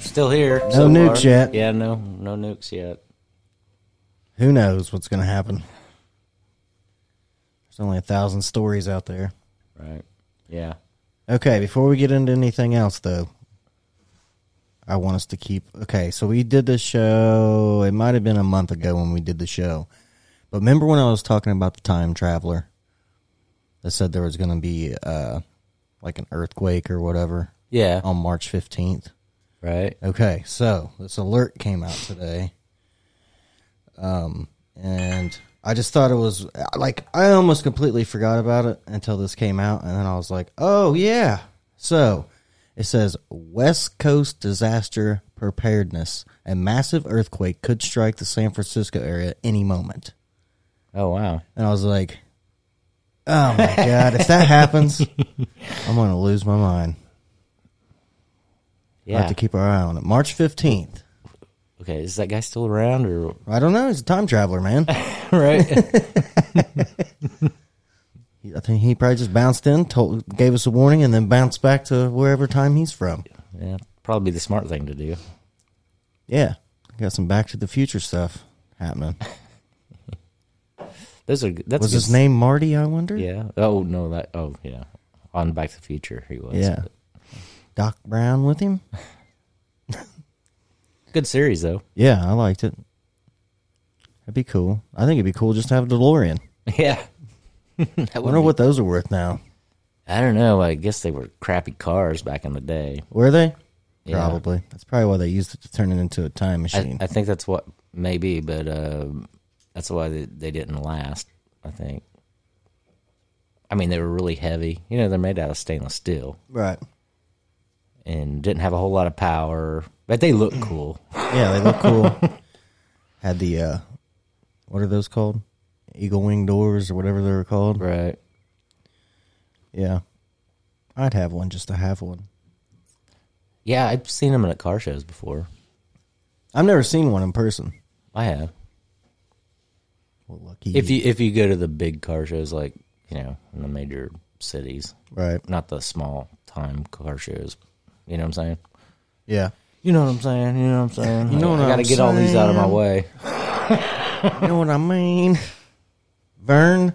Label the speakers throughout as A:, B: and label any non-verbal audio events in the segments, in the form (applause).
A: Still here. No
B: nukes yet.
A: Yeah, no, no nukes yet.
B: Who knows what's going to happen? There's only a thousand stories out there.
A: Right. Yeah.
B: Okay, before we get into anything else, though, I want us to keep. Okay, so we did the show. It might have been a month ago when we did the show. But remember when I was talking about the time traveler that said there was going to be uh, like an earthquake or whatever
A: Yeah.
B: on March 15th?
A: Right.
B: Okay, so this alert came out today. Um, and I just thought it was like I almost completely forgot about it until this came out, and then I was like, oh yeah. So it says West Coast disaster preparedness. A massive earthquake could strike the San Francisco area any moment.
A: Oh wow.
B: And I was like, oh my God, if that happens, I'm going to lose my mind. I
A: Yeah.
B: have to keep our eye on it. March 15th.
A: okay, is that guy still around or (laughs)
B: I don't know. He's a time traveler, man.
A: right?
B: I think he probably just bounced in, told, gave us a warning, and then bounced back to wherever time he's from.
A: yeah, probably the smart thing to do.
B: Yeah, got some Back to the Future stuff
A: (laughs)
B: happening.
A: Those are good- that's
B: Was
A: good
B: his name Marty? I wonder.
A: Yeah. Oh no, that oh yeah. On Back to the Future he was.
B: Yeah. Doc Brown with him.
A: But Good series though. (laughs)
B: Yeah, I liked it. That'd be cool. I think it'd be cool just to have a DeLorean.
A: Yeah.
B: I wonder what those are worth now.
A: I don't know. I guess they were crappy cars back in the day.
B: Were they?
A: Yeah.
B: Probably. That's probably why they used it to turn it into a time
A: I,
B: machine.
A: I think that's what maybe, but um that's why they, they didn't last. I think. I mean, they were really heavy. You know, they're made out of stainless steel
B: right.
A: and didn't have a whole lot of power, but they look cool.
B: Yeah, they look cool. (laughs) Had the uh, what are those called? Eagle wing doors or whatever they were called.
A: Right.
B: Yeah. I'd have one just to have one.
A: Yeah, I've seen them at car shows before.
B: I've never seen one in person.
A: I have.
B: Well, lucky.
A: If you if you go to the big car shows, like you know, in the major cities,
B: right.
A: not the small time car shows. You know what I'm saying?
B: Yeah.
A: You know what I'm saying? You know what I'm saying?
B: You know
A: I-
B: what
A: I gotta
B: I'm
A: get all these out of my
B: saying?
A: way.
B: You know what I mean? Vern?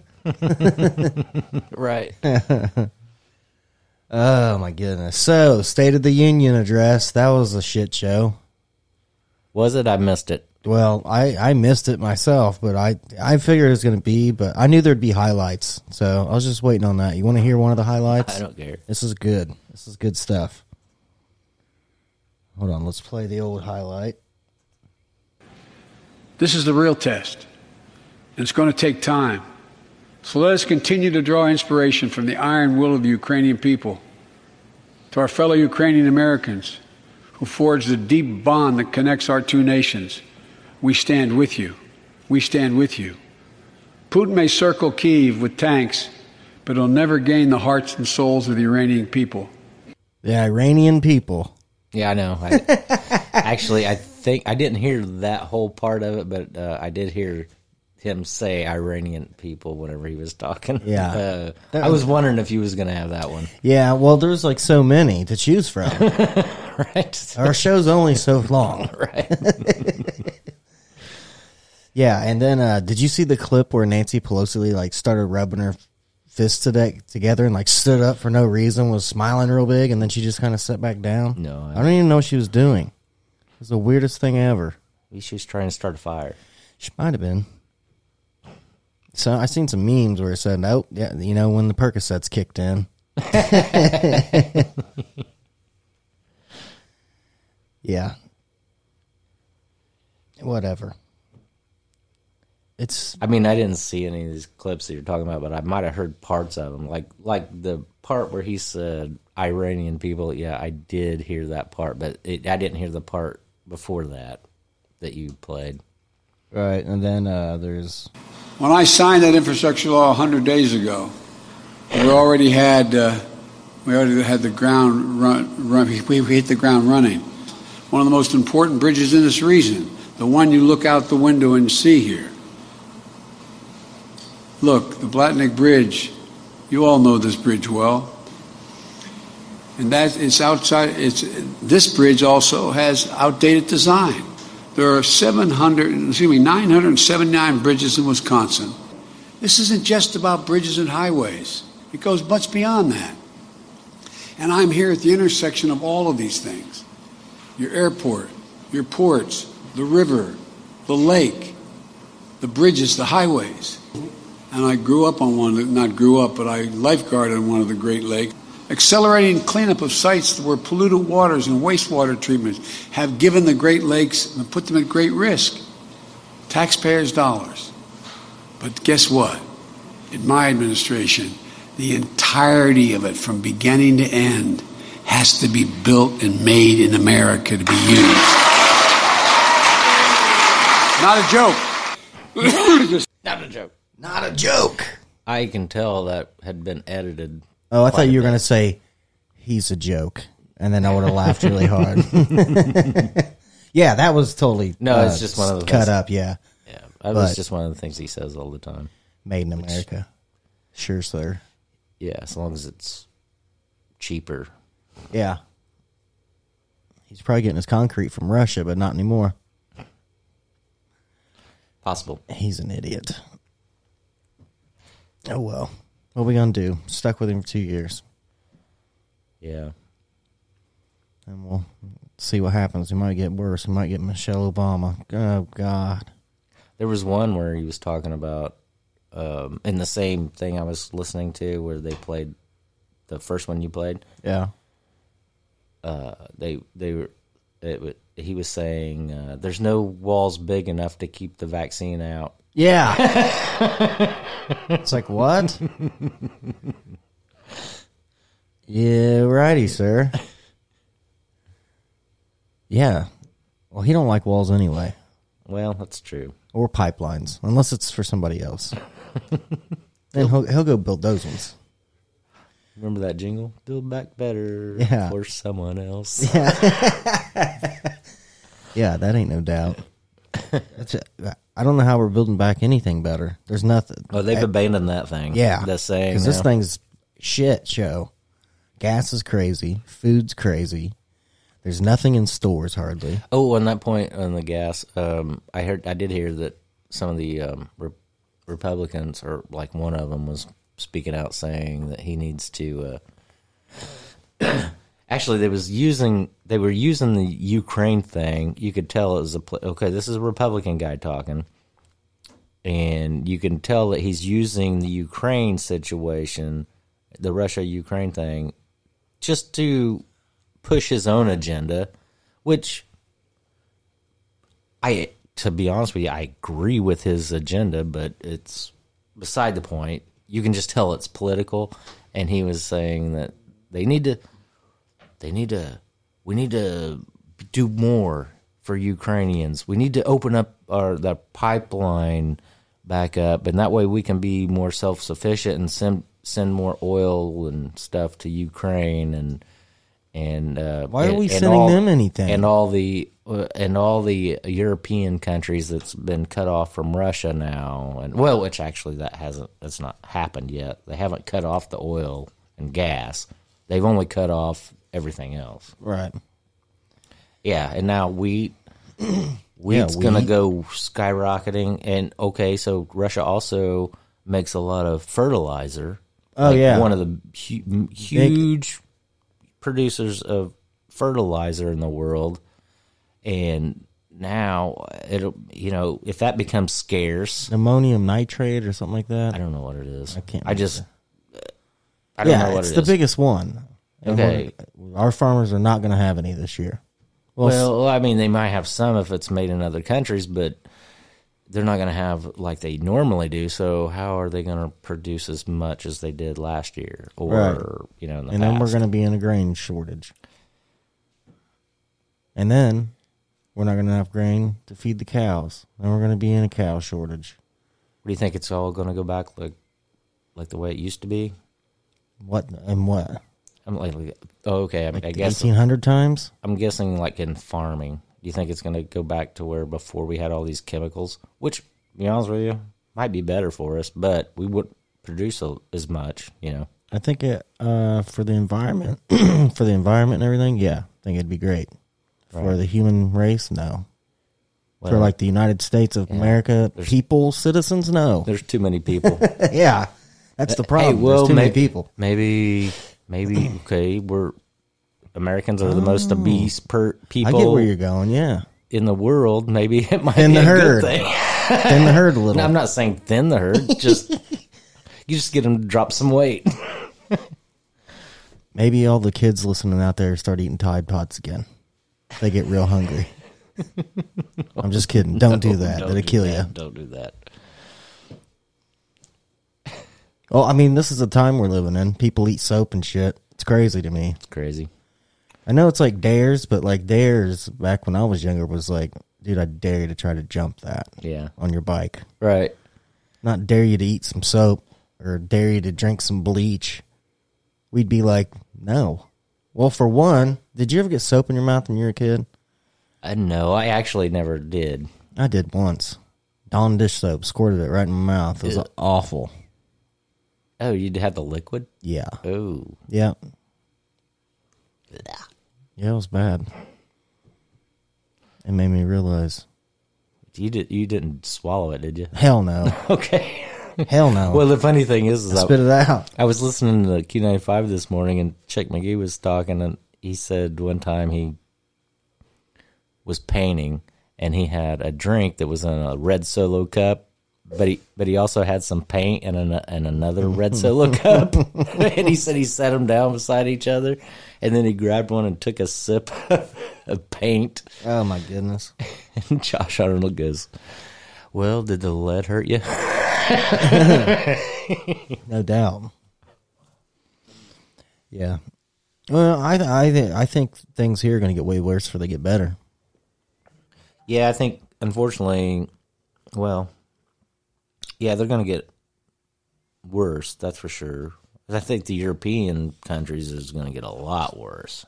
A: Right.
B: Oh, my goodness. So, State of the Union address. That was a shit show.
A: Was it? I missed it.
B: Well, I, I missed it myself, but I, I figured it was going to be, but I knew there'd be highlights. So, I was just waiting on that. You want to hear one of the highlights?
A: I don't care.
B: This is good. This is good stuff. Hold on. Let's play the old highlight.
C: This is the real test, and it's going to take time. So let us continue to draw inspiration from the iron will of the Ukrainian people to our fellow Ukrainian Americans who forged the deep bond that connects our two nations. We stand with you. We stand with you. Putin may circle Kyiv with tanks, but he'll never gain the hearts and souls of the Iranian people.
B: The Iranian people.
A: Yeah, I know.
B: (laughs)
A: I, actually, I think I didn't hear that whole part of it, but uh, I did hear him say Iranian people whenever he was talking.
B: Yeah.
A: Uh,
B: That
A: I was wondering if you was going to have that one. (laughs)
B: Yeah, well, there's like so many to choose from.
A: Right. (laughs)
B: Our show's only so long.
A: right.
B: (laughs) Yeah, and then uh, did you see the clip where Nancy Pelosi like started rubbing her fists today, together and like stood up for no reason, was smiling real big, and then she just kind of sat back down?
A: No, I-
B: I, don't even know what she was doing. It was the weirdest thing ever.
A: She was trying to start a fire.
B: She might have been. So I seen some memes where it said, "Oh, yeah, you know when the Percocets kicked in." (laughs) yeah. Whatever. It's
A: I mean, I didn't see any of these clips that you're talking about, but I might have heard parts of them. Like, like the part where he said Iranian people. Yeah, I did hear that part, but it, I didn't hear the part before that that you played.
B: right, and then uh, there's
C: When I signed that infrastructure law 100 days ago, we already had uh, we already had the ground run, run we, we hit the ground running. One of the most important bridges in this region, the one you look out the window and see here. Look, the Blatnick Bridge. You all know this bridge well. And that it's outside. It's this bridge also has outdated design. There are 700, excuse me, 979 bridges in Wisconsin. This isn't just about bridges and highways. It goes much beyond that. And I'm here at the intersection of all of these things. Your airport, your ports, the river, the lake, the bridges, the highways. And I grew up on one, of the- not grew up, but I lifeguarded on one of the Great Lakes. Accelerating cleanup of sites where polluted waters and wastewater treatment have given the Great Lakes and put them at great risk. Taxpayers' dollars. But guess what? In my administration, the entirety of it from beginning to end has to be built and made in America to be used. Not a joke.
A: Not a joke.
B: not a joke.
A: I can tell that had been edited.
B: Oh, I
A: quite
B: thought
A: a
B: you were
A: bit.
B: gonna say he's a joke, and then I would have laughed really (laughs) hard. yeah, that was totally uh,
A: No, it's just one of those-
B: cut up. Yeah,
A: Yeah, that was
B: But-
A: just one of the things he says all the time.
B: made in America. Sure, sir.
A: Yeah, as long as it's cheaper.
B: Yeah, he's probably getting his concrete from Russia, but not anymore.
A: Possible.
B: He's an idiot. Oh well. What we gonna do? Stuck with him for two years,
A: Yeah.
B: and we'll see what happens. He might get worse. He might get Michelle Obama. Oh God.
A: There was one where he was talking about um, in the same thing I was listening to where they played the first one you played.
B: Yeah.
A: They they were it, wa- he was saying uh, there's no walls big enough to keep the vaccine out.
B: Yeah. it's like what? yeah, righty, sir. Yeah. Well, he don't like walls anyway,
A: Well, that's true.
B: or pipelines, unless it's for somebody else. then he'll he'll go build those ones.
A: Remember that jingle? Build back better
B: Yeah.
A: for someone (laughs) else.
B: Yeah, that ain't no doubt. That's it. I don't know how we're building back anything better. There's nothing.
A: Oh, they've abandoned that thing.
B: Yeah,
A: that saying.
B: because this
A: now.
B: thing's shit show. Gas is crazy. Food's crazy. There's nothing in stores hardly.
A: Oh, on that point on the gas, um, I heard I did hear that some of the um, re- Republicans, or like one of them, was speaking out saying that he needs to. Uh, (clears throat) actually, they was using they were using the Ukraine thing. You could tell it was a pl- okay. This is a Republican guy talking, and you can tell that he's using the Ukraine situation, the Russia Ukraine thing, just to push his own agenda, which. I, to be honest with you, I agree with his agenda, but it's beside the point. You can just tell it's political, and he was saying that they need to, they need to, we need to do more for Ukrainians. We need to open up our the pipeline back up, and that way we can be more self sufficient and send send more oil and stuff to Ukraine and. And uh,
B: Why are
A: and-
B: we
A: and
B: sending them anything?
A: And all the uh, and all the European countries that's been cut off from Russia now, and well, which actually that hasn't that's not happened yet. They haven't cut off the oil and gas. They've only cut off everything else.
B: Right.
A: Yeah, and
B: (clears throat)
A: now wheat wheat's
B: Yeah,
A: gonna
B: wheat.
A: go skyrocketing. And okay, so Russia also makes a lot of fertilizer.
B: Oh, yeah.
A: one of the hu- huge producers of fertilizer in the world, and now it'll you know if that becomes scarce,
B: Ammonium nitrate or something like
A: I
B: that.
A: don't know what it is. I
B: can't
A: I just I don't
B: Yeah,
A: know what
B: it's
A: it
B: the
A: is.
B: biggest one. And
A: Okay.
B: we're- Our farmers are not going to have any this year. Well,
A: Well, I mean, they might have some if it's made in other countries, but they're not going to have like they normally do. So how are they going to produce as much as they did last year or
B: Right.
A: you know? In the
B: and then we're
A: past?
B: going to be in a grain shortage. And then we're not going to have grain to feed the cows. Then we're going to be in a cow shortage.
A: What do you think? It's all going to go back like like the way it used to be.
B: What and what?
A: I'm like, like- oh, okay. I, I guess
B: Eighteen hundred times.
A: I'm guessing like in farming. Do you think it's going to go back to where before we had all these chemicals, which, to be honest with you, might be better for us, but we wouldn't produce a, as much, you know?
B: I think it uh, for the environment, (clears throat) for the environment and everything. Yeah, I think it'd be great for the human race. No, for
A: Well,
B: like the United States of America, people, citizens. No,
A: there's too many people.
B: (laughs) yeah, that's (laughs) the problem.
A: Hey, well,
B: There's too many
A: may-
B: people.
A: Maybe,
B: (clears throat)
A: maybe okay. We're Americans are the most obese per
B: Oh. I
A: people
B: get where you're going. Yeah,
A: in the world. Maybe it might
B: In
A: be
B: the
A: a
B: herd.
A: good thing. (laughs)
B: thin the herd a little. (laughs)
A: No, I'm not saying thin the herd. Just you just get them to drop some weight.
B: Maybe all the kids listening out there start eating Tide Pods again. They get real (laughs) hungry. I'm just kidding. Don't (laughs) do that.
A: Don't
B: That'll
A: do
B: kill
A: that.
B: you.
A: Don't do that.
B: Well, I mean, this is the time we're living in. People eat soap and shit. It's crazy to me.
A: It's crazy.
B: I know it's like dares, but like dares back when I was younger was like, dude, I dare you to try to jump that
A: Yeah.
B: on your bike.
A: Right.
B: Not dare you to eat some soap or dare you to drink some bleach. We'd be like, no. Well, for one, did you ever get soap in your mouth when you were a kid?
A: I know. Uh, I actually never did.
B: I did once. Dawn dish soap squirted it right in my mouth. It was awful.
A: Oh, you had the liquid.
B: Yeah.
A: Oh,
B: Yeah. Yeah, it was bad. It made me realize,
A: you did. You didn't swallow it, did you? (laughs)
B: hell no,
A: Okay.
B: hell no.
A: Well, the funny thing is, is I-
B: Spit it out.
A: I was listening to Q ninety five this morning, and Chick McGee was talking, and he said one time he was painting, and he had a drink that was in a red Solo cup, but he but he also had some paint in an, in another red Solo cup, (laughs) and he said he set them down beside each other, and then he grabbed one and took a sip of paint, (laughs)
B: Oh my goodness.
A: and Josh Arnold goes, "Well, did the lead hurt you?"
B: No doubt. Yeah. Well, I I thi- I think things here are going to get way worse before they get better.
A: Yeah, I think unfortunately, well, yeah, they're going to get worse. That's for sure. 'Cause I think the European countries is going to get a lot worse.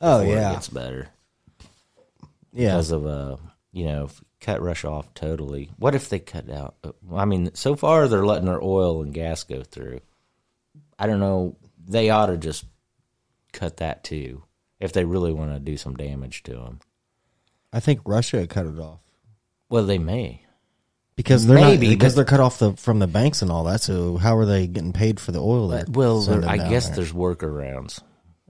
B: Oh
A: before it
B: yeah,
A: gets better
B: yeah.
A: because of uh, you know, if- cut Russia off totally. What if they cut out? I mean, so far they're letting their oil and gas go through. I don't know. They ought to just cut that too if they really want to do some damage to them.
B: I think Russia cut it off
A: Well, they may.
B: because they're
A: Maybe,
B: not because
A: but-
B: they're cut off the from the banks and all that. So how are they getting paid for the oil? That
A: Well, there, I guess there's workarounds.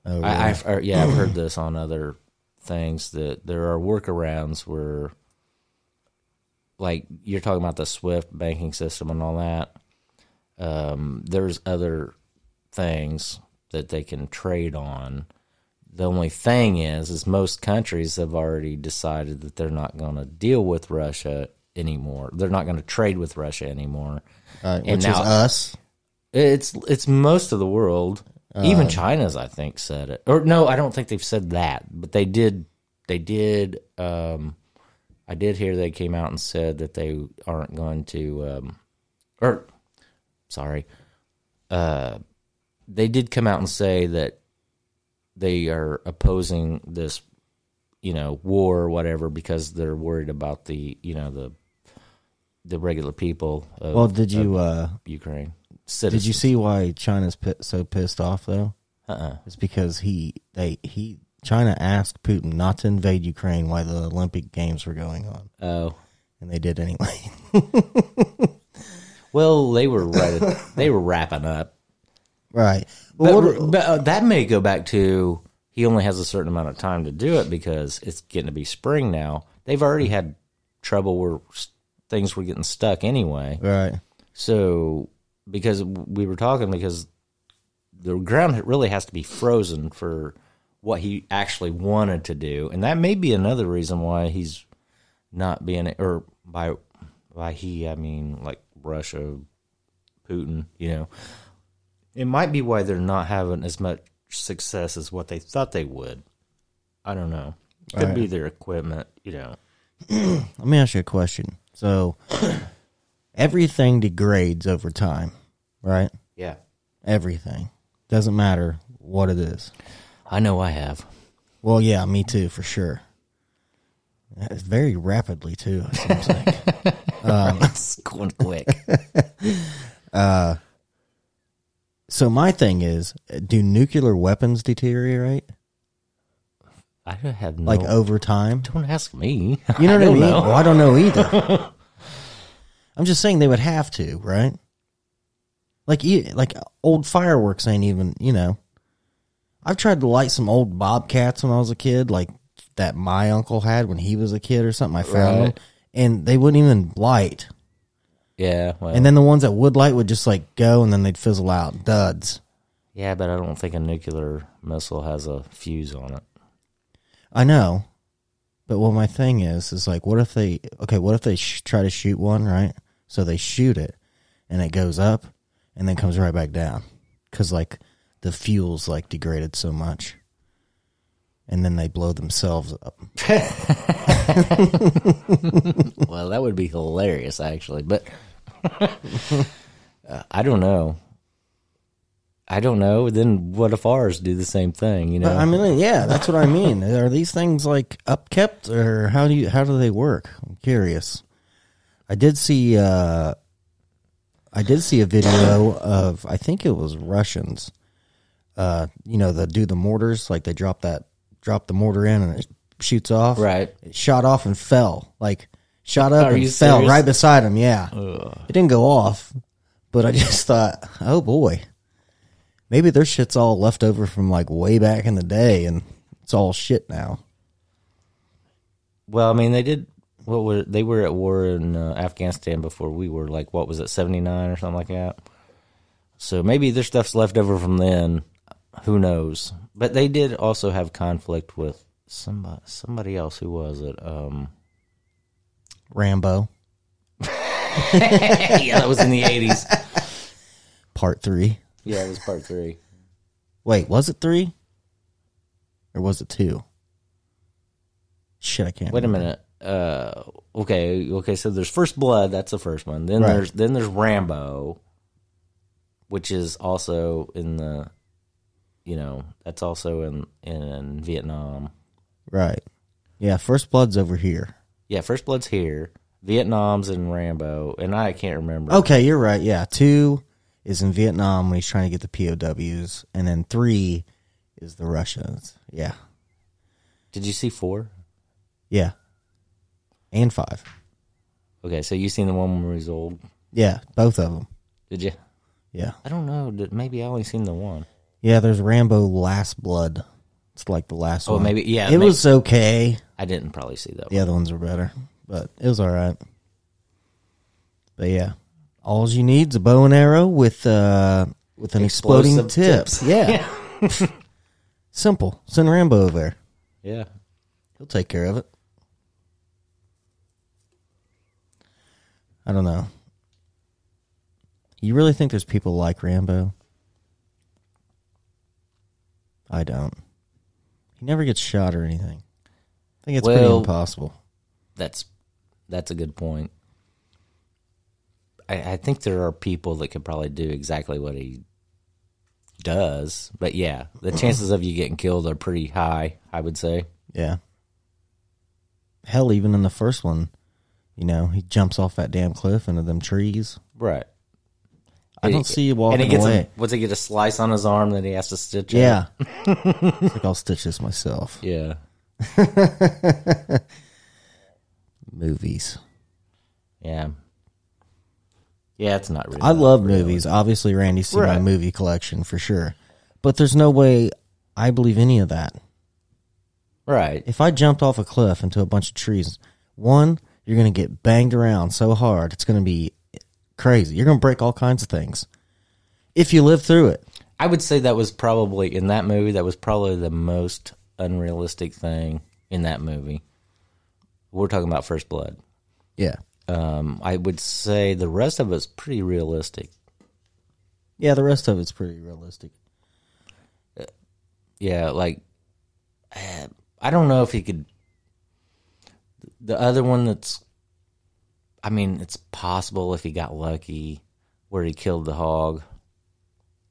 A: I, I've uh, yeah, I've heard this on other things that there are workarounds where, like you're talking about the SWIFT banking system and all that. Um, there's other things that they can trade on. The only thing is, is most countries have already decided that they're not going to deal with Russia anymore. They're not going to trade with Russia anymore.
B: Right, Uh, which
A: and
B: is
A: now-
B: us.
A: It's it's most of the world.
B: Uh.
A: Even China's, I think, said it. Or no, I don't think they've said that, but they did. They did. Um, I did hear they came out and said that they aren't going to. Um, or, sorry, uh, they did come out and say that they are opposing this, you know, war or whatever because they're worried about the, you know, the the regular people of
B: Well, did you uh,
A: Ukraine.
B: did
A: Citizens.
B: you see why China's pi- so pissed off though?
A: Uh-uh.
B: It's because he they he China asked Putin not to invade Ukraine while the Olympic games were going on,
A: Oh.
B: and they did anyway. (laughs)
A: Well, they were right. they were wrapping up.
B: right.
A: But,
B: Well, what-
A: but, uh, that may go back to he only has a certain amount of time to do it because it's getting to be spring now. They've already had trouble where s- things were getting stuck anyway.
B: right.
A: So because we were talking because the ground really has to be frozen for what he actually wanted to do, and that may be another reason why he's not being or by By he, I mean like Russia, Putin, you know. It might be why they're not having as much success as what they thought they would. I don't know. Could
B: Right.
A: be their equipment, you know.
B: Let me ask you a question. So, (coughs) everything degrades over time, right?
A: Yeah.
B: Everything. Doesn't matter what it is.
A: I know I have. (laughs)
B: Well, yeah, me too, for sure. It's very rapidly, too. it seems like.
A: it's going quick.
B: so, my thing is do nuclear weapons deteriorate?
A: I don't have no.
B: Like over time?
A: don't ask me.
B: You
A: (laughs)
B: know what I mean?
A: don't know.
B: Well, I don't know either.
A: (laughs)
B: I'm just saying they would have to, right? Like, e- like old fireworks ain't even, you know. I've tried to light some old bobcats when I was a kid, like that my uncle had when he was a kid or something. I found
A: Right.
B: them, and they wouldn't even light.
A: Yeah. Well,
B: And then the ones that would light would just like go, and then they'd fizzle out, duds.
A: yeah, but I don't think a nuclear missile has a fuse on it.
B: I know, but what my thing is is like, what if they? Okay, what if they sh- try to shoot one right? So they shoot it, and it goes up, and then comes right back down because like the fuel's like degraded so much, and then they blow themselves up.
A: (laughs) Well, that would be hilarious, actually. But (laughs) Uh, I don't know. I don't know. Then what if ours do the same thing? You know,
B: But I mean, yeah, that's what I mean. (laughs) Are these things like upkept, or how do you how do they work? I'm curious. I did see uh, I did see a video of I think it was Russians. Uh, you know, the do the mortars like they drop that drop the mortar in and it shoots off.
A: Right.
B: It shot off and fell like shot up
A: Are
B: and
A: you
B: fell
A: serious?
B: right beside him. Yeah, it didn't go off, but I (laughs) just thought, oh boy. Maybe their shit's all left over from like way back in the day, and it's all shit now.
A: well, I mean, they did. What were they were at war in uh, Afghanistan before we were? Like, what was it, seventy nine or something like that? So maybe their stuff's left over from then. Who knows? But they did also have conflict with somebody. Somebody else. Who was it? Um,
B: Rambo
A: yeah, that was in the eighties.
B: Part Three.
A: Yeah, it was part three.
B: Wait, was it three? Or was it two? Shit, I can't.
A: Wait a
B: remember.
A: minute. Uh, okay, okay. So there's First Blood. That's the first one. Then
B: Right.
A: there's then there's Rambo, which is also in the, you know, that's also in in Vietnam.
B: Right. Yeah, First Blood's over here.
A: Yeah, First Blood's here. Vietnam's in Rambo, and I can't remember.
B: Okay, you're right. Yeah, two is in Vietnam when he's trying to get the POWs, and then three is the Russians. Yeah,
A: Did you see four?
B: yeah, and five.
A: Okay, so you seen the one where he's old?
B: Yeah, both of them.
A: Did you?
B: Yeah.
A: I don't know. Did- Maybe I only seen the one.
B: Yeah, there's Rambo Last Blood. It's like the last
A: Oh,
B: one.
A: maybe- yeah,
B: It
A: maybe-
B: was okay.
A: I didn't probably see that.
B: The other ones were better, but it was all right. But yeah, all you need's a bow and arrow with uh with an exploding tip.
A: Explosive tips.
B: Yeah.
A: (laughs)
B: Simple. Send Rambo over there.
A: One. Yeah.
B: He'll take care of it. I don't know. You really think there's people like Rambo? I don't. He never gets shot or anything. I think it's pretty
A: Well-
B: impossible.
A: That's that's a good point. I, I think there are people that could probably do exactly what he does, but yeah, the chances of you getting killed are pretty high. I would say.
B: Yeah. Hell, even in the first one, you know, he jumps off that damn cliff into them trees.
A: Right.
B: I don't see you walking
A: and he gets
B: away.
A: A, what's he get a slice on his arm that he has to stitch? up? (laughs)
B: yeah. it's like I'll stitch this myself.
A: Yeah.
B: Movies.
A: Yeah. Yeah, it's not really.
B: I love movies. Obviously, Randy's seen my
A: Right.
B: movie collection for sure. But there's no way I believe any of that.
A: Right.
B: If I jumped off a cliff into a bunch of trees, one, you're going to get banged around so hard, it's going to be crazy. You're going to break all kinds of things if you live through it.
A: I would say that was probably in that movie. That was probably the most unrealistic thing in that movie. We're talking about First Blood.
B: Yeah.
A: Um, I would say the rest of it's pretty realistic.
B: Yeah, the rest of it's pretty realistic.
A: Yeah, like eh, I don't know if he could. The other one that's, I mean, it's possible if he got lucky, where he killed the hog.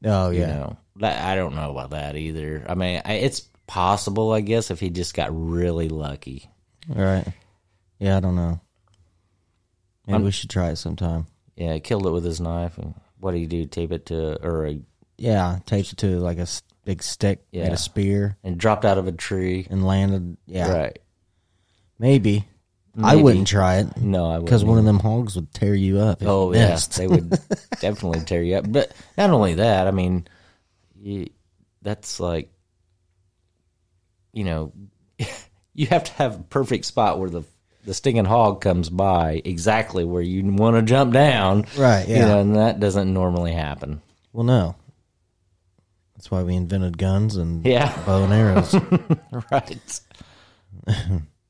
B: Oh
A: You
B: yeah,
A: know, That- I don't know about that either. I mean, I, it's possible, I guess, if he just got really lucky.
B: all right. Yeah, I don't know. Maybe we should try it sometime.
A: Yeah, killed it with his knife. And what do you do? Tape it to, or a,
B: Yeah, taped it to like a s- big stick, yeah.
A: Yeah.
B: a spear,
A: and dropped out of a tree.
B: and landed. Yeah,
A: Right.
B: maybe. I
A: Maybe.
B: wouldn't try it
A: No, I
B: because
A: wouldn't.
B: one of them hogs would tear you up. if
A: Oh
B: you
A: yeah,
B: missed.
A: they would definitely tear you up. But not only that, I mean, you, that's like, you know, (laughs) you have to have a perfect spot where the the stinging hog comes by exactly where you want to jump down,
B: Right,
A: You
B: yeah.
A: know, and that doesn't normally happen. (laughs)
B: Well, no. That's why we invented guns and
A: Yeah, (laughs)
B: bow and arrows.
A: right.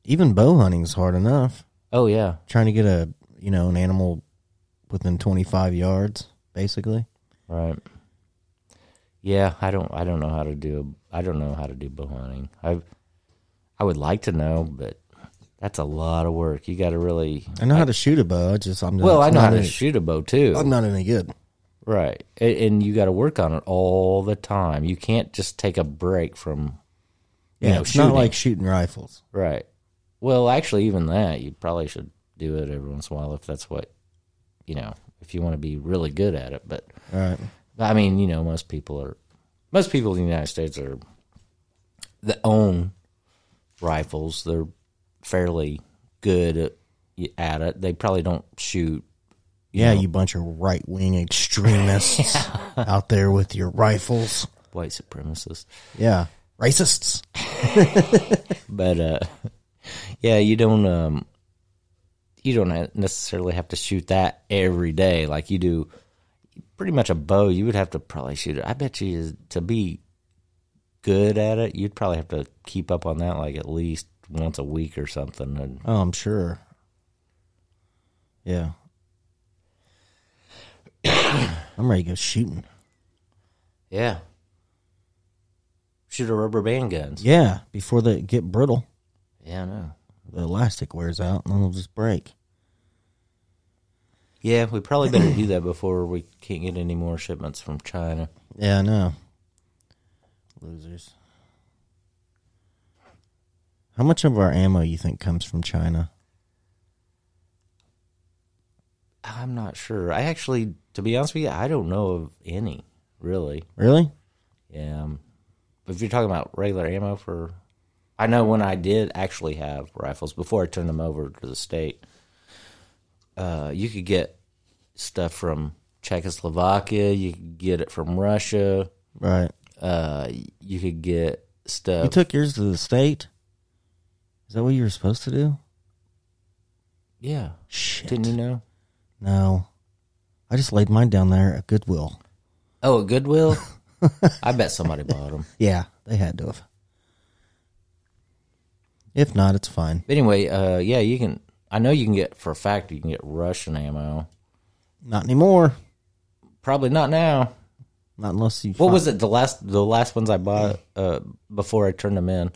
B: Even bow hunting's hard enough.
A: Oh yeah,
B: Trying to get a you know an animal within twenty five yards, basically.
A: right. Yeah, I don't. I don't know how to do. I don't know how to do bow hunting. I, I would like to know, but that's a lot of work. You got to really.
B: I know how to shoot a bow. I just I'm
A: Well,
B: not,
A: I know how to
B: any-
A: shoot a bow too.
B: I'm not any good.
A: right. And, and you got to work on it all the time. You can't just take a break from, you
B: Yeah,
A: know,
B: it's
A: shooting.
B: not like shooting rifles.
A: right. Well, actually, even that, you probably should do it every once in a while if that's what, you know, if you want to be really good at it. But,
B: All right.
A: I mean, you know, most people are, most people in the United States are, that own rifles. They're fairly good at, at it. They probably don't shoot
B: Yeah, you bunch of right wing
A: (laughs)
B: extremists out there with your rifles.
A: white supremacists.
B: Yeah. Racists.
A: but uh (laughs) yeah you don't um you don't ha- necessarily have to shoot that every day like you do pretty much a bow you would have to probably shoot it i bet you is- to be good at it you'd probably have to keep up on that like at least once a week or something and
B: Oh, I'm sure. Yeah. (coughs) I'm ready to go shooting.
A: yeah shoot a rubber band guns
B: Yeah, before they get brittle,
A: yeah i know
B: the elastic wears out and then they'll just break.
A: yeah we probably better do that before we can't get any more shipments from china
B: Yeah, I know. Losers. How much of our ammo you think comes from China?
A: i'm not sure i actually to be honest with you i don't know of any really
B: Really?
A: Yeah. um, If you're talking about regular ammo for, I know when I did actually have rifles before I turned them over to the state, uh, you could get stuff from Czechoslovakia. You could get it from Russia.
B: Right.
A: Uh, you could get
B: You
A: stuff.
B: took yours to the state? Is that what you were supposed to do?
A: yeah.
B: Shit.
A: Didn't you know?
B: No. I just laid mine down there at Goodwill.
A: Oh, at Goodwill. I bet somebody bought them.
B: Yeah, they had to have. If not, it's fine.
A: But anyway, uh, yeah, you can. I know you can get for a fact you can get Russian ammo.
B: Not anymore.
A: Probably not now.
B: Not unless you.
A: What was it? The last the last ones I bought uh, before I turned them in.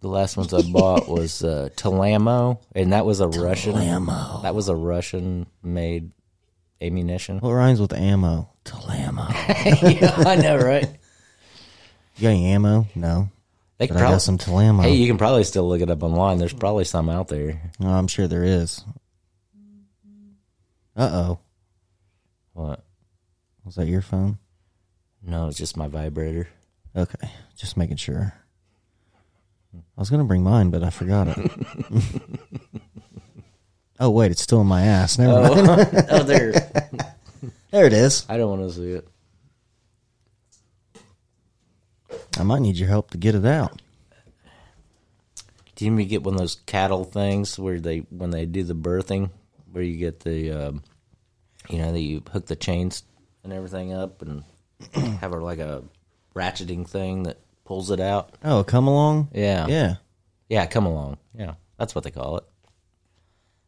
A: The last ones
B: (laughs)
A: I bought was uh, Talamo, and that was a Russian.
B: Talamo.
A: That was a Russian made ammunition.
B: What rhymes with ammo? Talamo.
A: (laughs) yeah, I know, right?
B: you got any ammo? No.
A: They
B: But I got some Talamo.
A: hey, you can probably still look it up online. There's probably some out there.
B: Oh, I'm sure there is. Uh oh.
A: What?
B: Was that your phone?
A: No, it's just my vibrator.
B: Okay. Just making sure. I was going to bring mine, but I forgot it. (laughs) oh, wait. It's still in my ass. Never mind.
A: Oh, oh there.
B: There it is.
A: (laughs) I don't want to see it.
B: I might need your help to get it out.
A: Do you ever get one of those cattle things where they when they do the birthing, where you get the, um, you know, that you hook the chains and everything up and (clears throat) have a, like a ratcheting thing that pulls it out?
B: Oh, come along?
A: Yeah.
B: Yeah.
A: Yeah, come along. Yeah, that's what they call it.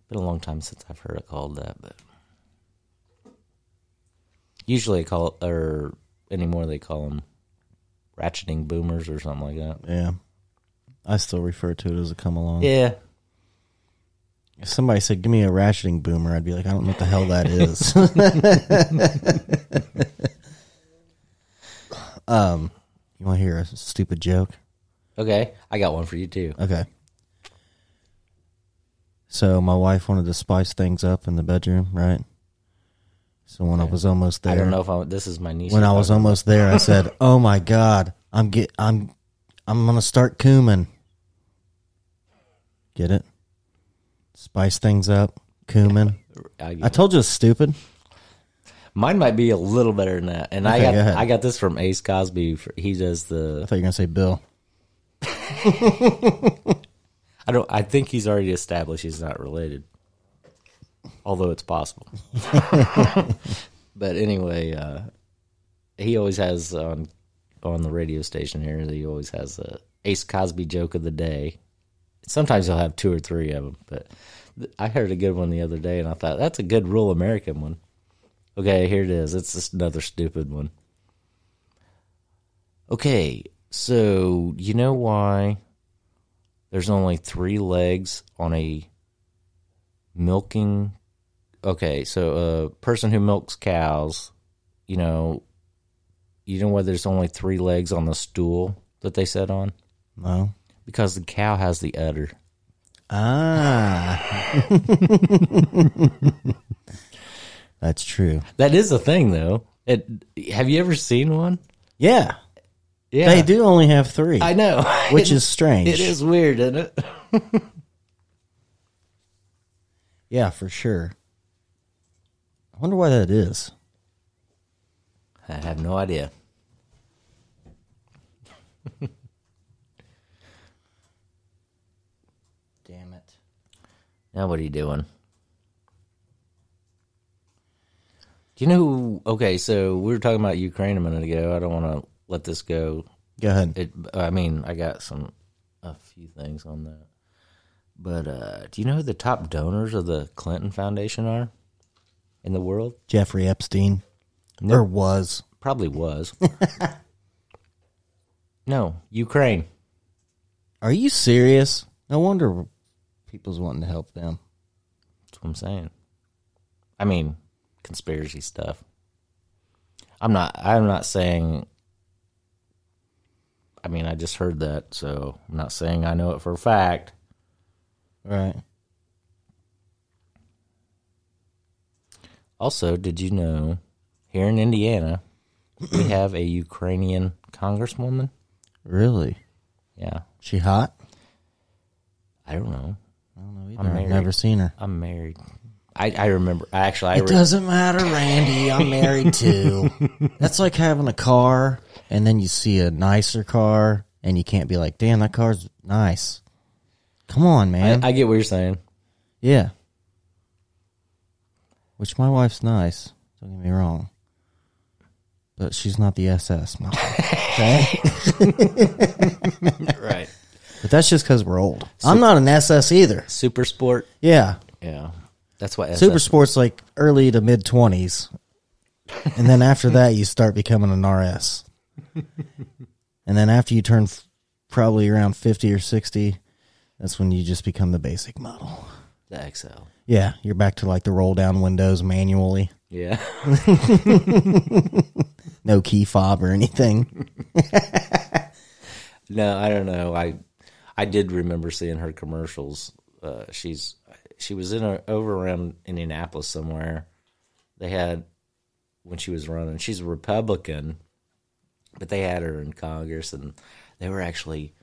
A: been a long time since I've heard it called that, but usually I call it, or anymore they call them ratcheting boomers or something like that.
B: Yeah. I still refer to it as a come along.
A: Yeah,
B: If somebody said, give me a ratcheting boomer, I'd be like, I don't know what the hell that
A: (laughs)
B: is. um, you want to hear a stupid joke?
A: Okay, I got one for you too.
B: Okay. So my wife wanted to spice things up in the bedroom, right? So when I was almost there,
A: I don't know if I, this is my niece.
B: when I was almost there, I (laughs) said, "Oh my god, I'm get I'm I'm gonna start cooming." Get it? Spice things up, cooming.
A: I get
B: I told you it's stupid.
A: mine might be a little better than that. And I
B: Okay,
A: got
B: go ahead.
A: I got this from Ace Cosby. For, he does
B: I
A: the
B: thought you were gonna say Bill.
A: I don't I think he's already established he's not related, although it's possible. (laughs) but anyway, uh, he always has on on the radio station here. He always has a Ace Cosby joke of the day. Sometimes he'll have two or three of them, but th- I heard a good one the other day, and I thought that's a good rural American one. Okay, here it is. It's just another stupid one. Okay, so you know why there's only three legs on a milking okay so a person who milks cows you know you know why there's only three legs on the stool that they sit on
B: No.
A: because the cow has the udder
B: Ah. (laughs) That's true.
A: that is a thing though it, have you ever seen one
B: Yeah,
A: yeah
B: they do only have three,
A: i know
B: which is strange.
A: (laughs) it is weird isn't it
B: Yeah, for sure. I wonder why that is.
A: i have no idea
B: Damn it.
A: Now what are you doing? Do you know who? Okay, so we were talking about Ukraine a minute ago. I don't want to let this go.
B: Go ahead.
A: It. I mean, I got some a few things on that. But uh, do you know who the top donors of the Clinton Foundation are in the world?
B: Jeffrey Epstein. Or was.
A: Probably was. no, Ukraine.
B: Are you serious? No wonder people's wanting to help them.
A: That's what I'm saying. I mean, conspiracy stuff. I'm not. I'm not saying. I mean, I just heard that, so I'm not saying I know it for a fact.
B: Right.
A: Also, did you know here in Indiana we (clears throat) have a Ukrainian congresswoman?
B: Really?
A: Yeah,
B: She hot?
A: I don't know.
B: I don't know
A: I'm
B: either. I've
A: married.
B: never seen her.
A: I'm married. I, I remember. Actually, I
B: It
A: re-
B: doesn't matter, Randy. I'm married too. (laughs) That's like having a car and then you see a nicer car and you can't be like, damn, that car's nice. Come on, man.
A: I, I get what you're saying.
B: Yeah. Which my wife's nice. Don't get me wrong. But she's not the SS. No. okay? (laughs)
A: Right.
B: But that's just because we're old. I'm not an SS either.
A: Super sport.
B: Yeah.
A: Yeah. That's what
B: Super sports like early to mid 20s. And then after that, you start becoming an RS. And then after you turn f- probably around 50 or 60, that's when you just become the basic model.
A: The XL.
B: Yeah. You're back to like the roll down windows manually.
A: Yeah.
B: no key fob or anything.
A: No, I don't know. I I did remember seeing her commercials. Uh, she's she was in a, over around Indianapolis somewhere. They had when she was running. She's a Republican, but they had her in Congress, and they were actually,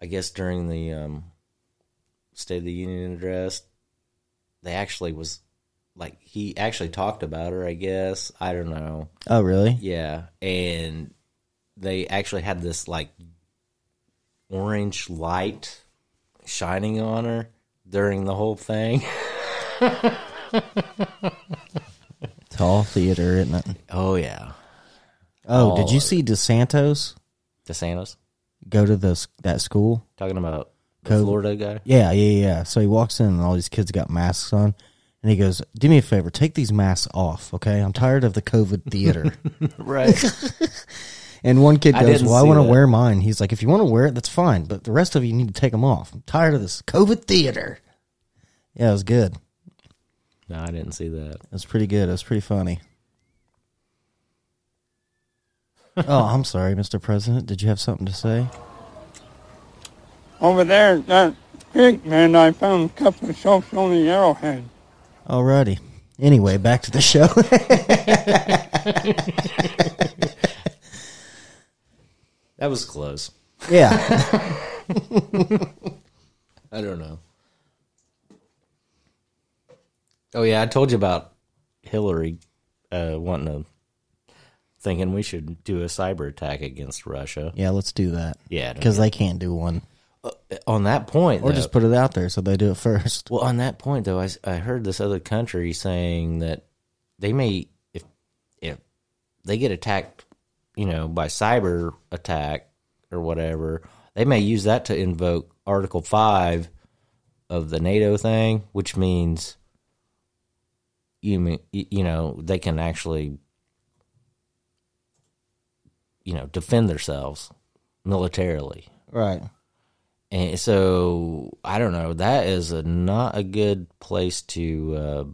A: I guess, during the um, State of the Union address, they actually was like he actually talked about her. I guess I don't know.
B: Oh, really?
A: Yeah, and they actually had this like orange light shining on her during the whole thing. (laughs)
B: Tall theater, isn't it?
A: Oh yeah,
B: Oh, did
A: All
B: you
A: of
B: see DeSantos
A: DeSantis
B: go to this that school?
A: talking about the
B: Code.
A: Florida guy.
B: Yeah, yeah, yeah. So he walks in and all these kids got masks on. And he goes, Do me a favor, take these masks off, okay? I'm tired of the COVID
A: (laughs)
B: theater.
A: Right.
B: and one kid
A: I
B: goes,
A: didn't
B: Well, I
A: see
B: want to
A: that.
B: wear mine. He's like, If you want to wear it, that's fine. But the rest of you need to take them off. I'm tired of this COVID theater. Yeah, it was good. It
A: no, I didn't see that.
B: was pretty good. It was pretty
A: (laughs)
B: funny. oh, I'm sorry, Mr. President. Did you have something to say?
D: Over there at that creek, man, I found a couple of soaps on the arrowhead.
B: Alrighty. Anyway, back to the show. (laughs)
A: That was close.
B: yeah.
A: I don't know. Oh yeah, I told you about Hillary uh, wanting to thinking we should do a cyber attack against Russia.
B: Yeah, let's do that.
A: Yeah, I don't
B: because they can't do one,
A: On that point,
B: or
A: though-
B: just put it out there so they do it
A: (laughs)
B: first.
A: Well, on that point though, I, s- I heard this other country saying that they may if if they get attacked, you know, by cyber attack or whatever, they may use that to invoke Article Five of the NATO thing, which means you mean y- you know they can actually you know defend themselves militarily.
B: Right.
A: And so I don't know. That is a, not a good place to. Uh,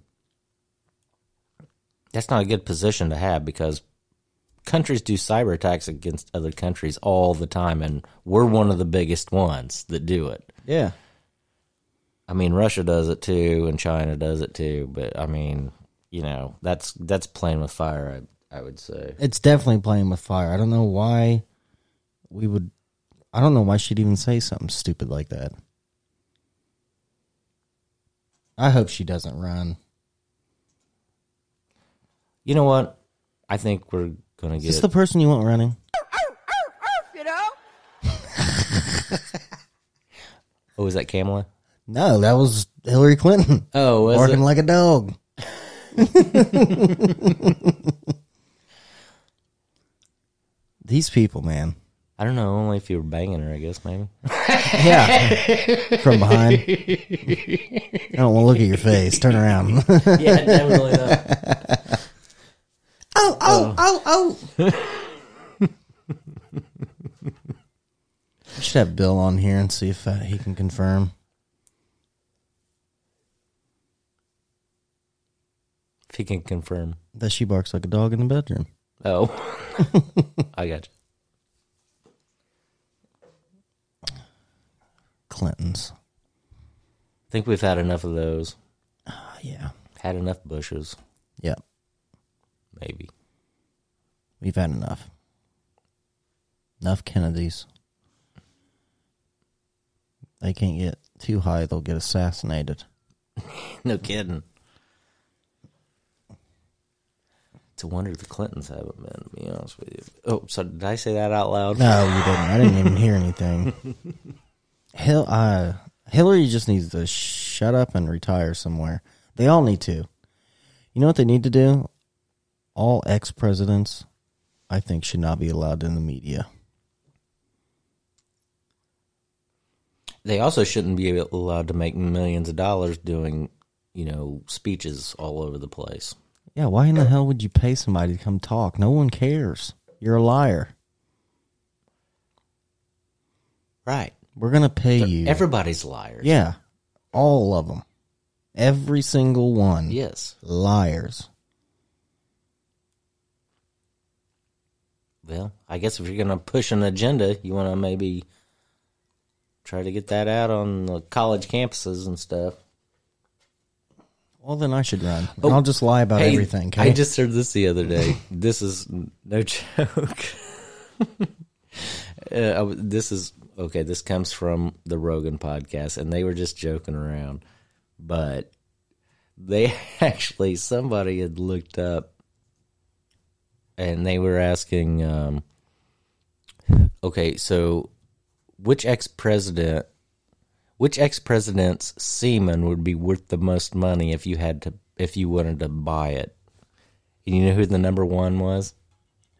A: that's not a good position to have because countries do cyber attacks against other countries all the time, and we're one of the biggest ones that do it.
B: Yeah.
A: I mean, Russia does it too, and China does it too. But I mean, you know, that's that's playing with fire. I I would say.
B: It's definitely playing with fire. I don't know why we would. I don't know why she'd even say something stupid like that. I hope she doesn't run.
A: You know what? I think we're gonna
B: Is this
A: get.
B: the person you want running?
A: oh, is that Kamala?
B: No, that was Hillary Clinton
A: Oh, is
B: barking
A: it?
B: like a dog. (laughs) These people, man.
A: I don't know. Only if you were banging her, I guess maybe.
B: Yeah. From behind. I don't want to look at your face. Turn around. (laughs) oh,
A: yeah, definitely not.
B: oh, oh, oh. We should have Bill on here and see if uh, he can confirm.
A: If he can confirm.
B: That she barks like a dog in the bedroom.
A: Oh, (laughs) I got you.
B: Clinton's.
A: I think we've had enough of those.
B: Oh, yeah.
A: Had enough bushes,
B: Yeah.
A: maybe. (laughs)
B: We've had enough. Enough Kennedys. They can't get too high, they'll get assassinated.
A: No kidding. It's a wonder the Clintons haven't been, to be honest with you. Oh, so did I say that out loud?
B: No, you didn't. I didn't even hear anything. Hill, uh, Hillary just needs to shut up and retire somewhere. They all need to. You know what they need to do? All ex presidents, I think, should not be allowed in the media.
A: They also shouldn't be allowed to make millions of dollars doing, you know, speeches all over the place.
B: Yeah, why in the hell would you pay somebody to come talk? No one cares. You're a liar.
A: Right.
B: We're going to pay you.
A: Everybody's liars.
B: yeah, all of them. Every single one.
A: Yes.
B: Liars.
A: Well, I guess if you're going to push an agenda, you want to maybe try to get that out on the college campuses and stuff.
B: Well, then I should run. And
A: Oh,
B: I'll just lie about
A: Hey,
B: everything.
A: I
B: okay?
A: just heard this the other day. (laughs) this is n- no joke. (laughs) uh, I w- this is okay. This comes from the Rogan podcast, and they were just joking around, but they (laughs) actually somebody had looked up, and they were asking, um, okay, so which ex president. Which ex president's semen would be worth the most money if you had to if you wanted to buy it? And you know who the number one was?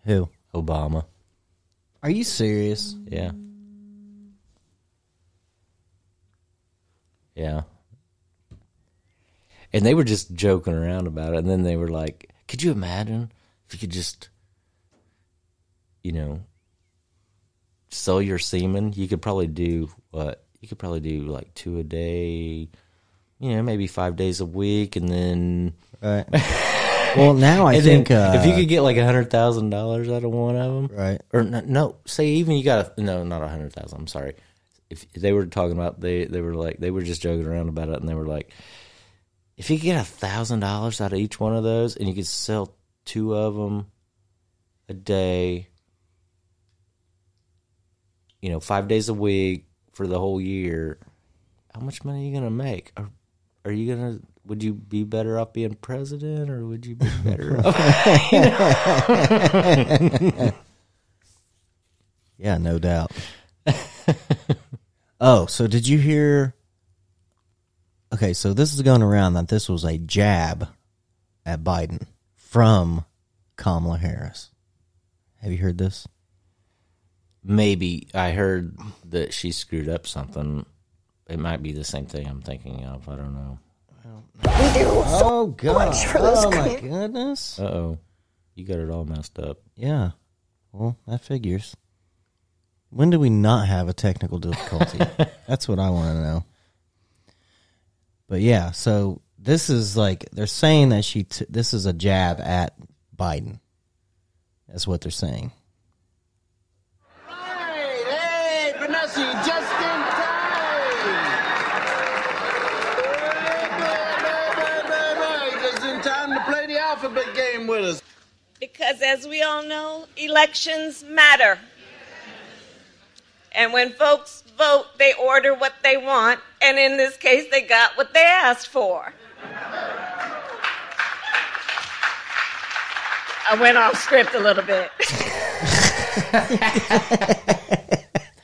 B: Who?
A: Obama. (laughs)
B: Are you serious?
A: Yeah. Yeah. And they were just joking around about it. And then they were like, could you imagine if you could just, you know, sell your semen? You could probably do what? You could probably do like two a day, you know, maybe five days a week. And then,
B: Right. well, now I
A: and
B: think
A: then
B: uh,
A: if you could get like a $100,000 out of one of them,
B: right.
A: or no, no say even you got a, no not a hundred thousand i'm sorry if they were talking about they they were like they were just joking around about it and they were like if you get a thousand dollars out of each one of those and you could sell two of them a day you know five days a week for the whole year how much money are you gonna make are, are you gonna would you be better off being president or would you be better off
B: Yeah, no
A: (laughs)
B: doubt. oh, so did you hear? Okay, so this is going around that this was a jab at Biden from Kamala Harris. Have you heard this?
A: maybe I heard that she screwed up something. It might be the same thing I'm thinking of. I don't know.
B: Oh God! Oh my goodness!
A: Uh oh. You got it all messed up.
B: Yeah. Well, that figures. When do we not have a technical difficulty? That's what I want to know. But yeah, so this is like they're saying that she t- this is a jab at Biden. That's what they're saying. (clears throat)
E: Right, hey, Benassi, just in time. Hey, baby, baby, baby, Just in time to play the alphabet game with us.
F: Because as we all know, elections matter. And when folks vote, they order what they want, and in this case, they got what they asked for. I went off script a little bit.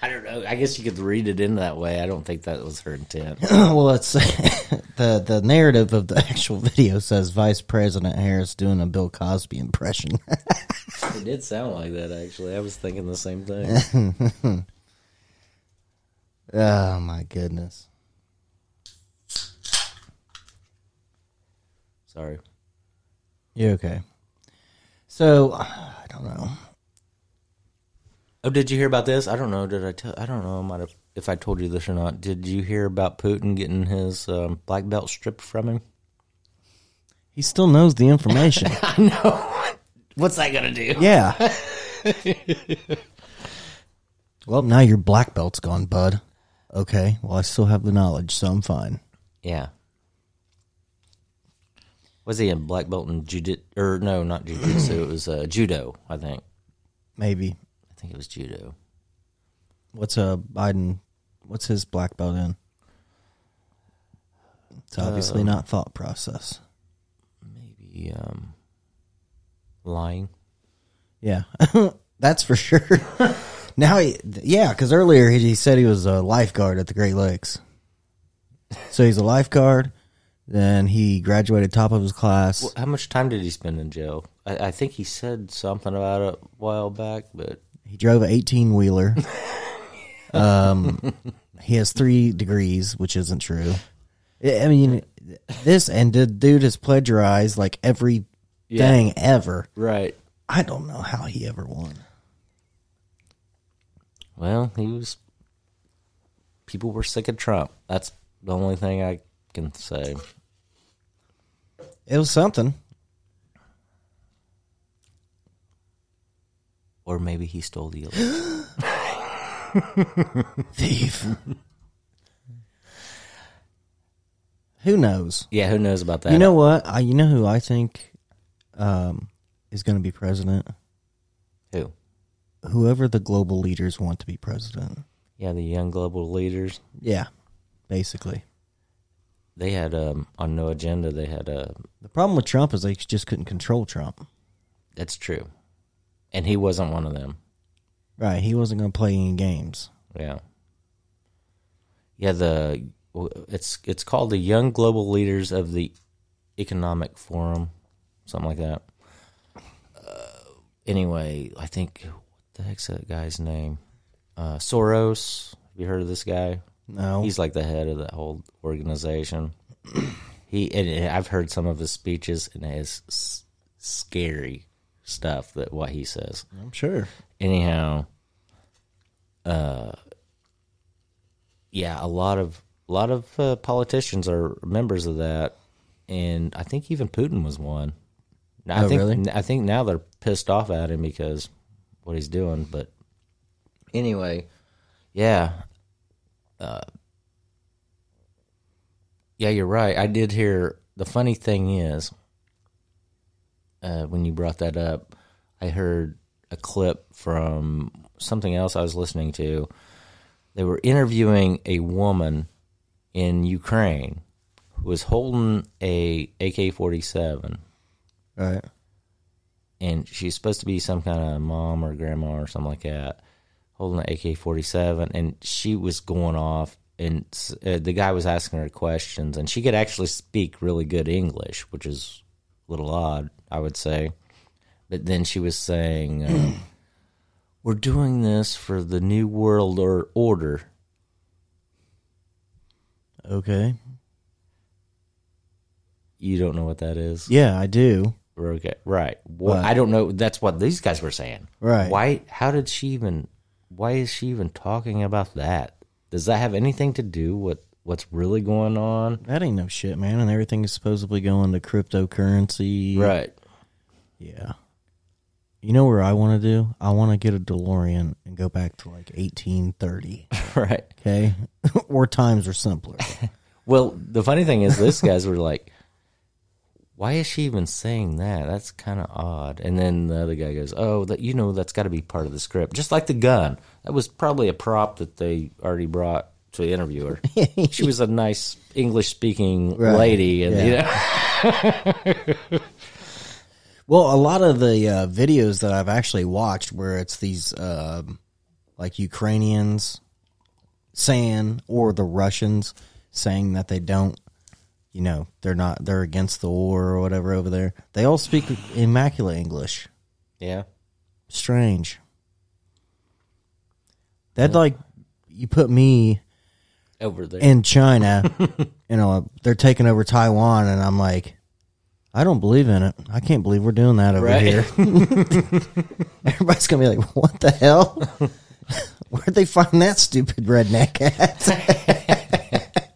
A: I don't know. I guess you could read it in that way. I don't think that was her (coughs) intent.
B: well, it's (laughs) the the narrative of the actual video says Vice President Harris doing a Bill Cosby impression. (laughs)
A: it did sound like that, actually. I was thinking the same thing. (laughs)
B: oh my goodness.
A: Sorry.
B: You okay? So, I don't know.
A: Oh, did you hear about this? I don't know. Did I tell? I don't know. I might have, if I told you this or not. Did you hear about Putin getting his um, black belt stripped from him?
B: He still knows the
A: (laughs)
B: information.
A: What's that gonna do? (laughs)
B: Yeah. well, now your black belt's gone, bud. Okay. Well, I still have the knowledge, so I'm fine.
A: Yeah. Was he a black belt in judo? Or no, not jujitsu. it was uh, judo. I think.
B: Maybe.
A: I think it was judo.
B: What's uh Biden? What's his black belt in? It's obviously
A: Uh,
B: not thought process.
A: Maybe um, lying.
B: Yeah, (laughs) that's for sure. (laughs) now, he, yeah, because earlier he, he said he was a lifeguard at the Great Lakes. So he's a lifeguard. Then he graduated top of his class.
A: How much time did he spend in jail? I, I think he said something about it a while back, but
B: He drove an eighteen wheeler. um, he has three degrees, which isn't true. I I mean, this and the dude has plagiarized like every
A: Yeah.
B: thing ever.
A: right.
B: I don't know how he ever won.
A: Well, he was. People were sick of Trump. That's the only thing I can say.
B: It was something.
A: Or maybe he stole the election.
B: Thief. (laughs) who knows?
A: (gasps) yeah, who knows about that?
B: You know what? I, you know who I think um, is going to be president?
A: who?
B: Whoever the global leaders want to be president.
A: Yeah, the young global leaders.
B: Yeah, basically.
A: they had um on no agenda they had uh, a
B: The problem with Trump is they just couldn't control Trump.
A: that's true and he wasn't one of them
B: Right, he wasn't going to play any games.
A: yeah yeah the it's it's called the young global leaders of the economic forum something like that uh, anyway i think what the heck's that guy's name uh soros have you heard of this guy
B: No.
A: He's like the head of that whole organization. he and- and I've heard some of his speeches, and it's s- scary stuff that what he says.
B: I'm sure.
A: anyhow uh yeah a lot of a lot of uh, politicians are members of that and i think even putin was one Now, i
B: Oh,
A: think
B: really?
A: i think now they're pissed off at him because what he's doing but anyway yeah uh yeah you're right i did hear the funny thing is uh, when you brought that up, I heard a clip from something else I was listening to. They were interviewing a woman in Ukraine who was holding a AK forty seven,
B: All right.
A: and she's supposed to be some kind of mom or grandma or something like that, holding an AK forty seven, and she was going off. And s- uh, the guy was asking her questions, and she could actually speak really good English, which is a little odd, I would say but then she was saying, uh, (clears throat) "We're doing this for the new world or order."
B: Okay.
A: You don't know what that is.
B: Yeah, I do.
A: Okay, right. Well,
B: Right.
A: I don't know. That's what these guys were saying.
B: Right.
A: Why? How did she even? Why is she even talking about that? Does that have anything to do with what's really going on?
B: That ain't no shit, man. And everything is supposedly going to cryptocurrency.
A: Right.
B: Yeah. You know where I want to do? I want to get a DeLorean and go back to like 1830.
A: (laughs) Right.
B: Okay. (laughs) or times are simpler.
A: Well, the funny thing is, these guys were like, "Why is she even saying that? That's kind of odd." And then the other guy goes, "Oh, that you know, that's got to be part of the script, just like the gun. That was probably a prop that they already brought to the
B: (laughs)
A: interviewer. she was a nice English-speaking
B: Right.
A: lady, and you know,
B: Well, a lot of the uh, videos that I've actually watched, where it's these um like Ukrainians saying or the Russians saying that they don't, you know, they're not, they're against the war or whatever over there. They all speak immaculate English.
A: yeah,
B: Strange. That like you put me
A: over there,
B: in China, (laughs) you know, they're taking over Taiwan, and I'm like, I don't believe in it. I can't believe we're doing that over
A: Right. (laughs)
B: here. Everybody's gonna be like, what the hell? (laughs) Where'd they find that stupid redneck at?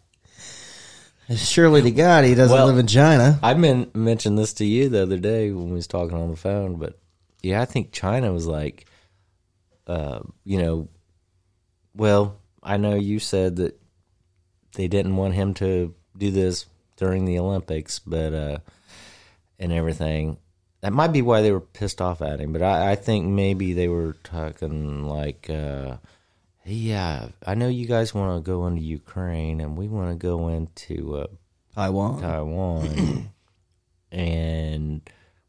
B: (laughs) Surely to God, he doesn't
A: Well-
B: live in China.
A: I men- mentioned this to you the other day when we was talking on the phone, but yeah, I think China was like, uh, you know, well, I know you said that they didn't want him to do this during the Olympics, but uh, and everything. That might be why they were pissed off at him, but I, I think maybe they were talking like, uh, "Hey, yeah, I know you guys want to go into Ukraine and we want to go into uh,
B: Taiwan.
A: (clears throat) Taiwan. and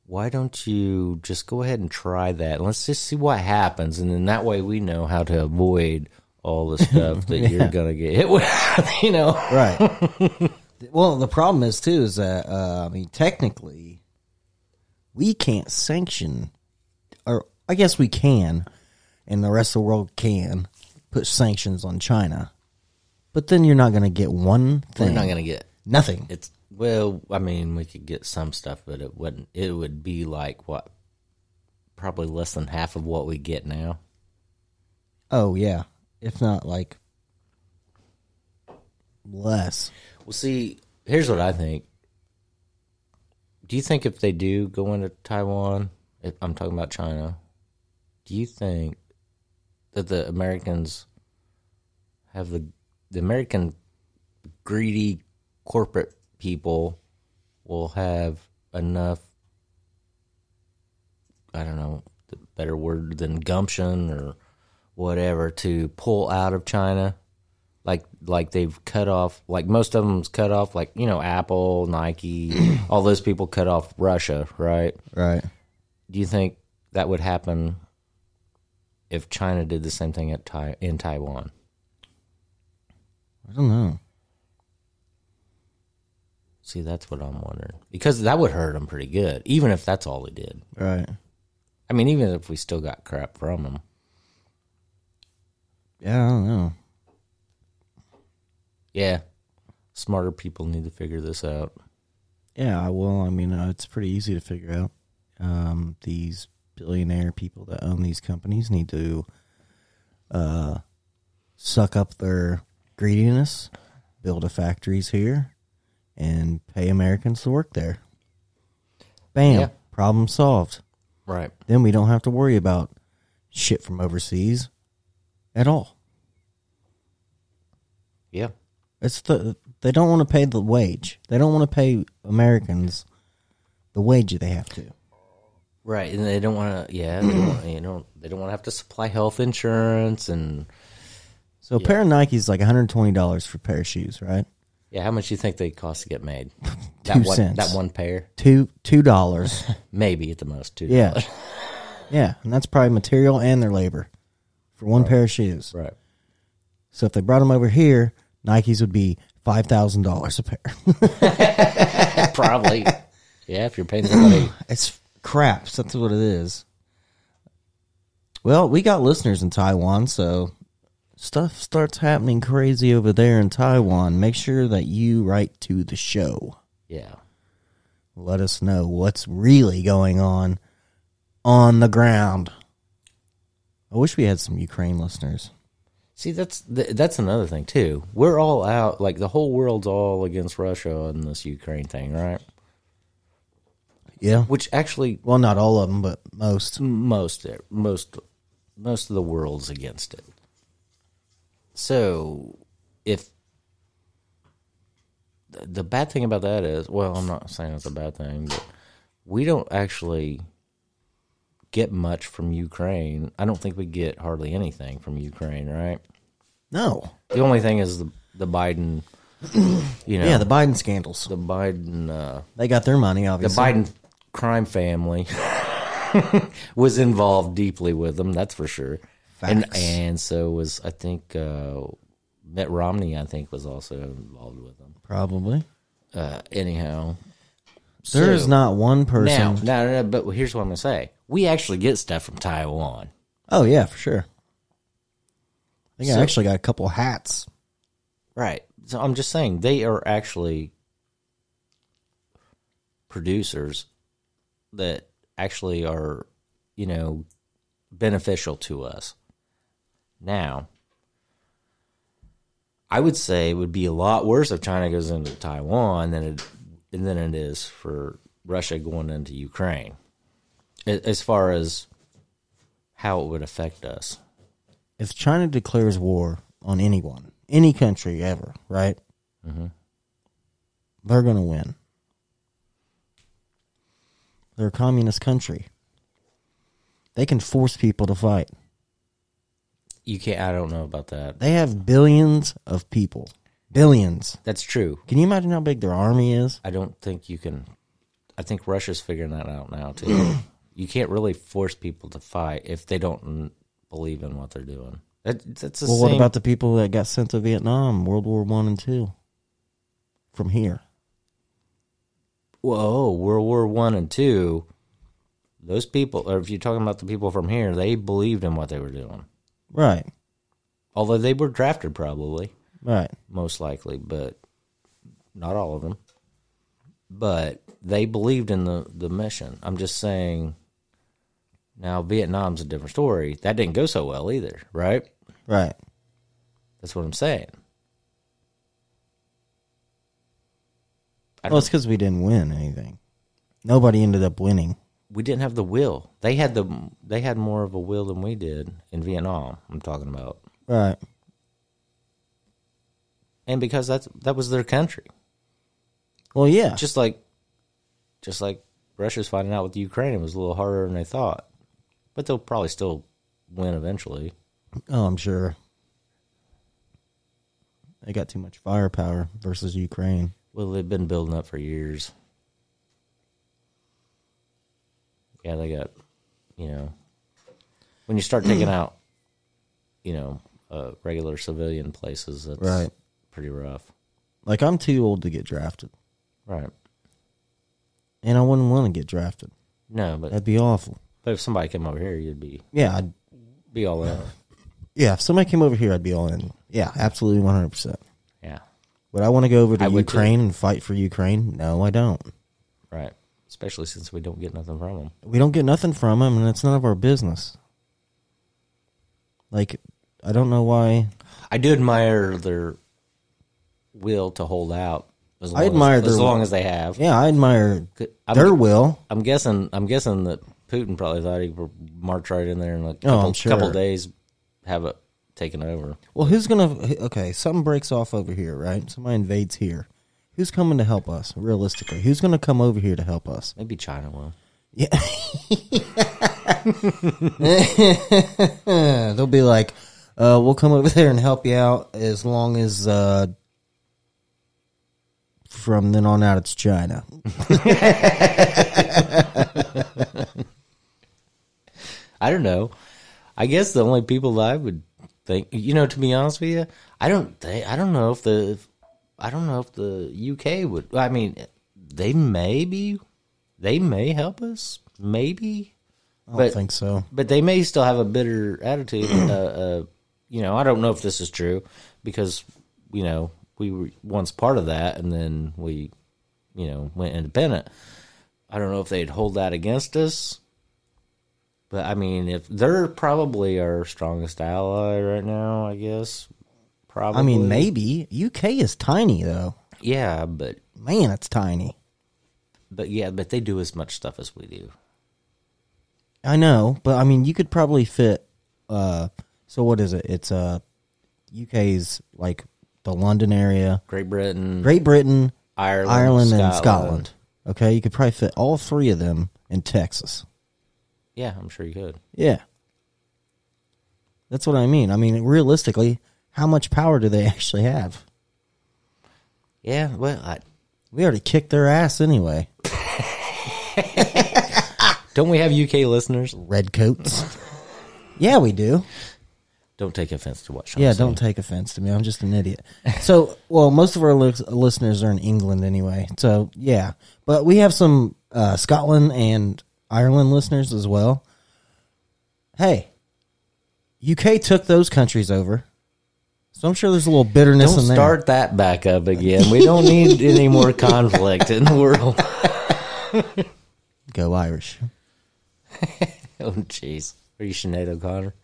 A: why don't you just go ahead and try that? And let's just see what happens. And then that way we know how to avoid all the (laughs) stuff that you're going to get hit with, (laughs) you know?
B: Right. well, the problem is too is that uh, I mean, technically, we can't sanction, or I guess we can, and the rest of the world can put sanctions on China, but then you're not going to get one
A: We're
B: thing.
A: not going to get
B: nothing.
A: it's well i mean we could get some stuff but it wouldn't it would be like what probably less than half of what we get now
B: oh yeah, if not like less.
A: Well, see, here's what I think. Do you think if they do go into Taiwan, if I'm talking about China, do you think that the Americans have the the American greedy corporate people will have enough I don't know the better word than gumption or whatever to pull out of China like like they've cut off like most of them's cut off like you know apple (clears throat) nike all those people cut off russia right
B: Right.
A: do you think that would happen if china did the same thing at tai- in taiwan
B: I don't know.
A: see that's what i'm wondering because that would hurt them pretty good even if that's all they did
B: Right.
A: i mean even if we still got crap from them
B: Yeah, I don't know.
A: Yeah. Smarter people need to figure this out.
B: Yeah, well, I mean, uh, it's pretty easy to figure out. Um, these billionaire people that own these companies need to uh, suck up their greediness, build a factories here, and pay Americans to work there. Bam,
A: Yeah.
B: problem solved.
A: Right.
B: Then we don't have to worry about shit from overseas at all.
A: Yeah.
B: It's the they don't want to pay the wage. They don't want to pay Americans the wage that they have to.
A: Right, and they don't want to. Yeah, they don't, (clears throat) wanna- you know, they don't want to have to supply health insurance and
B: So a pair of Nikes like one hundred twenty dollars for a pair of shoes, right?
A: yeah. How much do you think they cost to get made?
B: (laughs) Two
A: that one,
B: cents.
A: That one pair,
B: Two two (laughs) dollars.
A: maybe at the most two.
B: yeah, yeah, and that's probably material and their labor for one pair of shoes.
A: Right.
B: So if they brought them over here, Nikes would be five thousand dollars a pair.
A: Probably. yeah, if you're paying
B: (laughs)
A: somebody.
B: (laughs) it's crap. So that's what it is. Well, we got listeners in Taiwan, so stuff starts happening crazy over there in Taiwan. Make sure that you write to the show.
A: Yeah.
B: let us know what's really going on on the ground. I wish we had some Ukraine listeners.
A: See, that's th- that's another thing too. We're all out. Like the whole world's all against Russia on this Ukraine thing, right?
B: Yeah.
A: Which actually,
B: Well, not all of them, but most.
A: most most most of the world's against it. So, if the- the bad thing about that is, well, I'm not saying it's a bad thing, but we don't actually get much from Ukraine. I don't think we get hardly anything from Ukraine, right?
B: No.
A: The only thing is the the Biden, (clears throat) you know,
B: Yeah, the
A: the,
B: Biden scandals.
A: Biden uh,
B: They got their money,
A: the
B: obviously.
A: Biden crime family (laughs) was involved deeply with them. That's for sure. And
B: Facts.
A: and so was I think uh, Mitt Romney. I think was also involved with them.
B: Probably.
A: Uh, anyhow,
B: There is
A: so-
B: not one person.
A: now. No, no, no. But here's what I'm gonna say: we actually get stuff from Taiwan.
B: Oh, yeah, for sure. I think
A: So-
B: I actually got a couple hats.
A: Right. So I'm just saying they are actually producers that actually are, you know, beneficial to us. Now, I would say it would be a lot worse if China goes into Taiwan than it than it is for Russia going into Ukraine. a- As far as how it would affect us.
B: if China declares war on anyone, any country ever, right? They're going to win. They're a communist country. They can force people to fight.
A: You can't I don't know about that.
B: They have billions of people. Billions.
A: That's true.
B: Can you imagine how big their army is?
A: I don't think you can. I think Russia's figuring that out now too. (clears throat) you can't really force people to fight if they don't n- believe in what they're doing. That, that's the
B: Well,
A: same.
B: what about the people that got sent to Vietnam, World War One and Two, from here?
A: whoa oh, World War One and Two? Those people, or if you're talking about the people from here, they believed in what they were doing.
B: Right,
A: Although they were drafted, probably
B: right.
A: most likely, but not all of them. But they believed in the the mission. I'm just saying. Now Vietnam's a different story. That didn't go so well either, right?
B: Right.
A: That's what I'm saying. I
B: Well,
A: don't,
B: it's because we didn't win anything. Nobody ended up winning.
A: we didn't have the will. They had the they had more of a will than we did in Vietnam. I'm talking about,
B: Right.
A: and because that's that was their country.
B: Well, yeah.
A: Just like, just like Russia's finding out with Ukraine, it was a little harder than they thought. But they'll probably still win eventually.
B: Oh, I'm sure. They got too much firepower versus Ukraine.
A: Well, they've been building up for years. Yeah, they got, you know, when you start taking out, (clears throat) you know, uh, regular civilian places, that's
B: Right.
A: pretty rough.
B: Like I'm too old to get drafted,
A: Right.
B: and I wouldn't want to get drafted.
A: No, but,
B: That'd be awful.
A: but if somebody came over here, you'd be
B: Yeah, I'd,
A: be all in.
B: yeah. If somebody came over here, I'd be all in. Yeah, absolutely, 100. percent
A: Yeah.
B: Would I want to go over to
A: I would too.
B: Ukraine and fight for Ukraine? No, I don't.
A: Right. Especially since we don't get nothing from them.
B: We don't get nothing from them, and it's none of our business. Like, I don't know why.
A: I do admire their will to hold out. As long
B: I admire
A: as,
B: their
A: as long
B: will.
A: as they have.
B: Yeah, I admire
A: Could- I'm-
B: their will.
A: I'm guessing. I'm guessing that Putin probably thought he would march right in there in a couple,
B: Oh, I'm sure.
A: couple days, have it taken over.
B: Well, who's gonna? Okay, something breaks off over here, right? Somebody invades here. Who's coming to help us? Realistically, who's gonna come over here to help us?
A: Maybe China will.
B: Uh, they'll be like, uh, "We'll come over (laughs) there and help you out as long as." Uh, from then on out, it's China.
A: I don't know. I guess the only people that I would think, you know, to be honest with you, I don't think. I don't know if the. If, I don't know if the UK would. I mean, they maybe, they may help us. Maybe.
B: I don't
A: But-
B: think so.
A: but they may still have a bitter attitude. uh, uh, you know, I don't know if this is true because you know we were once part of that, and then we, you know, went independent. I don't know if they'd hold that against us, but I mean, if they're probably our strongest ally right now, I guess. Probably.
B: I mean, maybe UK is tiny though.
A: Yeah, but
B: Man, it's tiny.
A: but yeah, but they do as much stuff as we do.
B: I know, but I mean, you could probably fit. Uh, so what is it? It's uh, UK's like the London area,
A: Great Britain,
B: Great Britain,
A: Ireland,
B: Ireland,
A: Scotland.
B: and Scotland. Okay, you could probably fit all three of them in Texas.
A: Yeah, I'm sure you could.
B: Yeah, that's what I mean. I mean, realistically, how much power do they (laughs) actually have?
A: Yeah, well, I,
B: We already kicked their ass anyway.
A: don't we have UK listeners?
B: Redcoats. (laughs) yeah, we do.
A: Don't take offense to what Sean
B: Yeah,
A: said.
B: don't take offense to me. I'm just an idiot. So, (laughs) well, most of our lis- listeners are in England anyway. So, yeah. But we have some uh, Scotland and Ireland listeners as well. Hey, UK took those countries over. So I'm sure there's a little bitterness
A: Don't
B: in there.
A: start that back up again.
B: (laughs)
A: We don't need any more conflict in the world. (laughs)
B: Go Irish.
A: Oh, jeez. Are you Sinead O'Connor?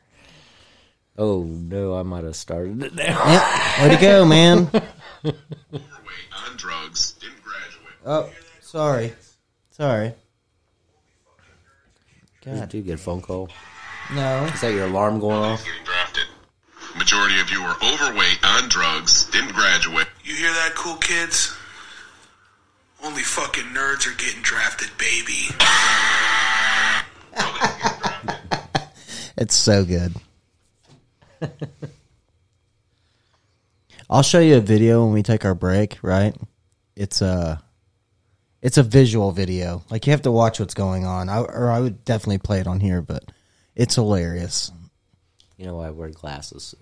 A: Oh, no, I might have started it now.
B: Yeah, way to go,
A: (laughs)
B: man.
G: on drugs, didn't graduate.
B: Oh, sorry. Sorry.
A: I do get a phone call.
B: No.
A: Is that your alarm going off?
G: Getting drafted. Majority of you were overweight, on drugs, didn't graduate.
H: You hear that, cool kids? Only fucking nerds are getting drafted, baby.
B: It's so good. I'll show you a video when we take our break, right? It's a it's a visual video. Like you have to watch what's going on. I or I would definitely play it on here, but it's hilarious.
A: You know, I wear glasses, so.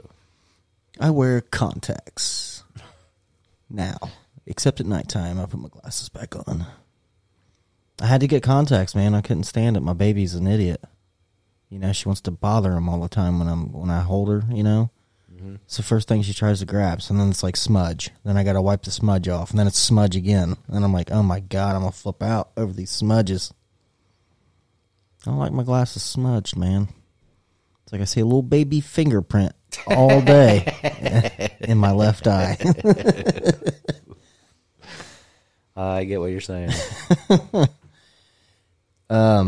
B: I wear contacts now, except at nighttime. I put my glasses back on. I had to get contacts, man. I couldn't stand it. My baby's an idiot. You know, she wants to bother him all the time when I'm when I hold her. You know, it's the first thing she tries to grab. So then it's like smudge. Then I got to wipe the smudge off, and then it's smudge again. And I'm like, oh my god, I'm gonna flip out over these smudges. I don't like my glasses smudged, man. It's like I see a little baby fingerprint all day in my left eye.
A: I get what you're
B: (laughs)
A: saying.
B: I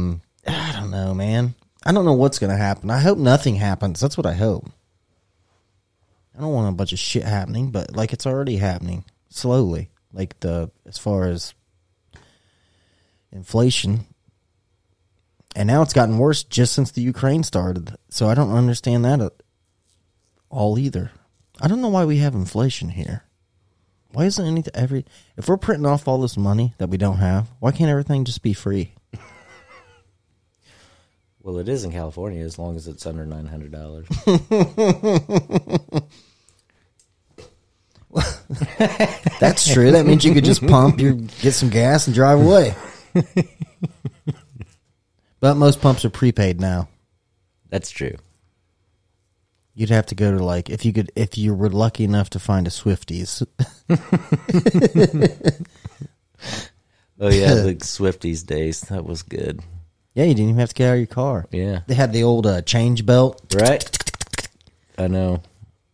B: don't know, man. I don't know what's going to happen. I hope nothing happens. That's what I hope. I don't want a bunch of shit happening, but like it's already happening slowly. Like the as far as inflation. And now it's gotten worse just since the Ukraine started. So I don't understand that at all either. I don't know why we have inflation here. Why isn't anything every if we're printing off all this money that we don't have, why can't everything just be free?
A: well, it is in California as long as it's under
B: (laughs)
A: $900.
B: That's true. That means you could just pump,
A: (laughs)
B: your get some gas, and drive away. but most pumps are prepaid now.
A: That's true.
B: You'd have to go to like if you could if you were lucky enough to find a Swifties. (laughs)
A: Oh
B: (laughs)
A: yeah, the Swifties days. That was good.
B: yeah, you didn't even have to get out of your car.
A: Yeah.
B: They had the old uh, change belt.
A: Right? I know.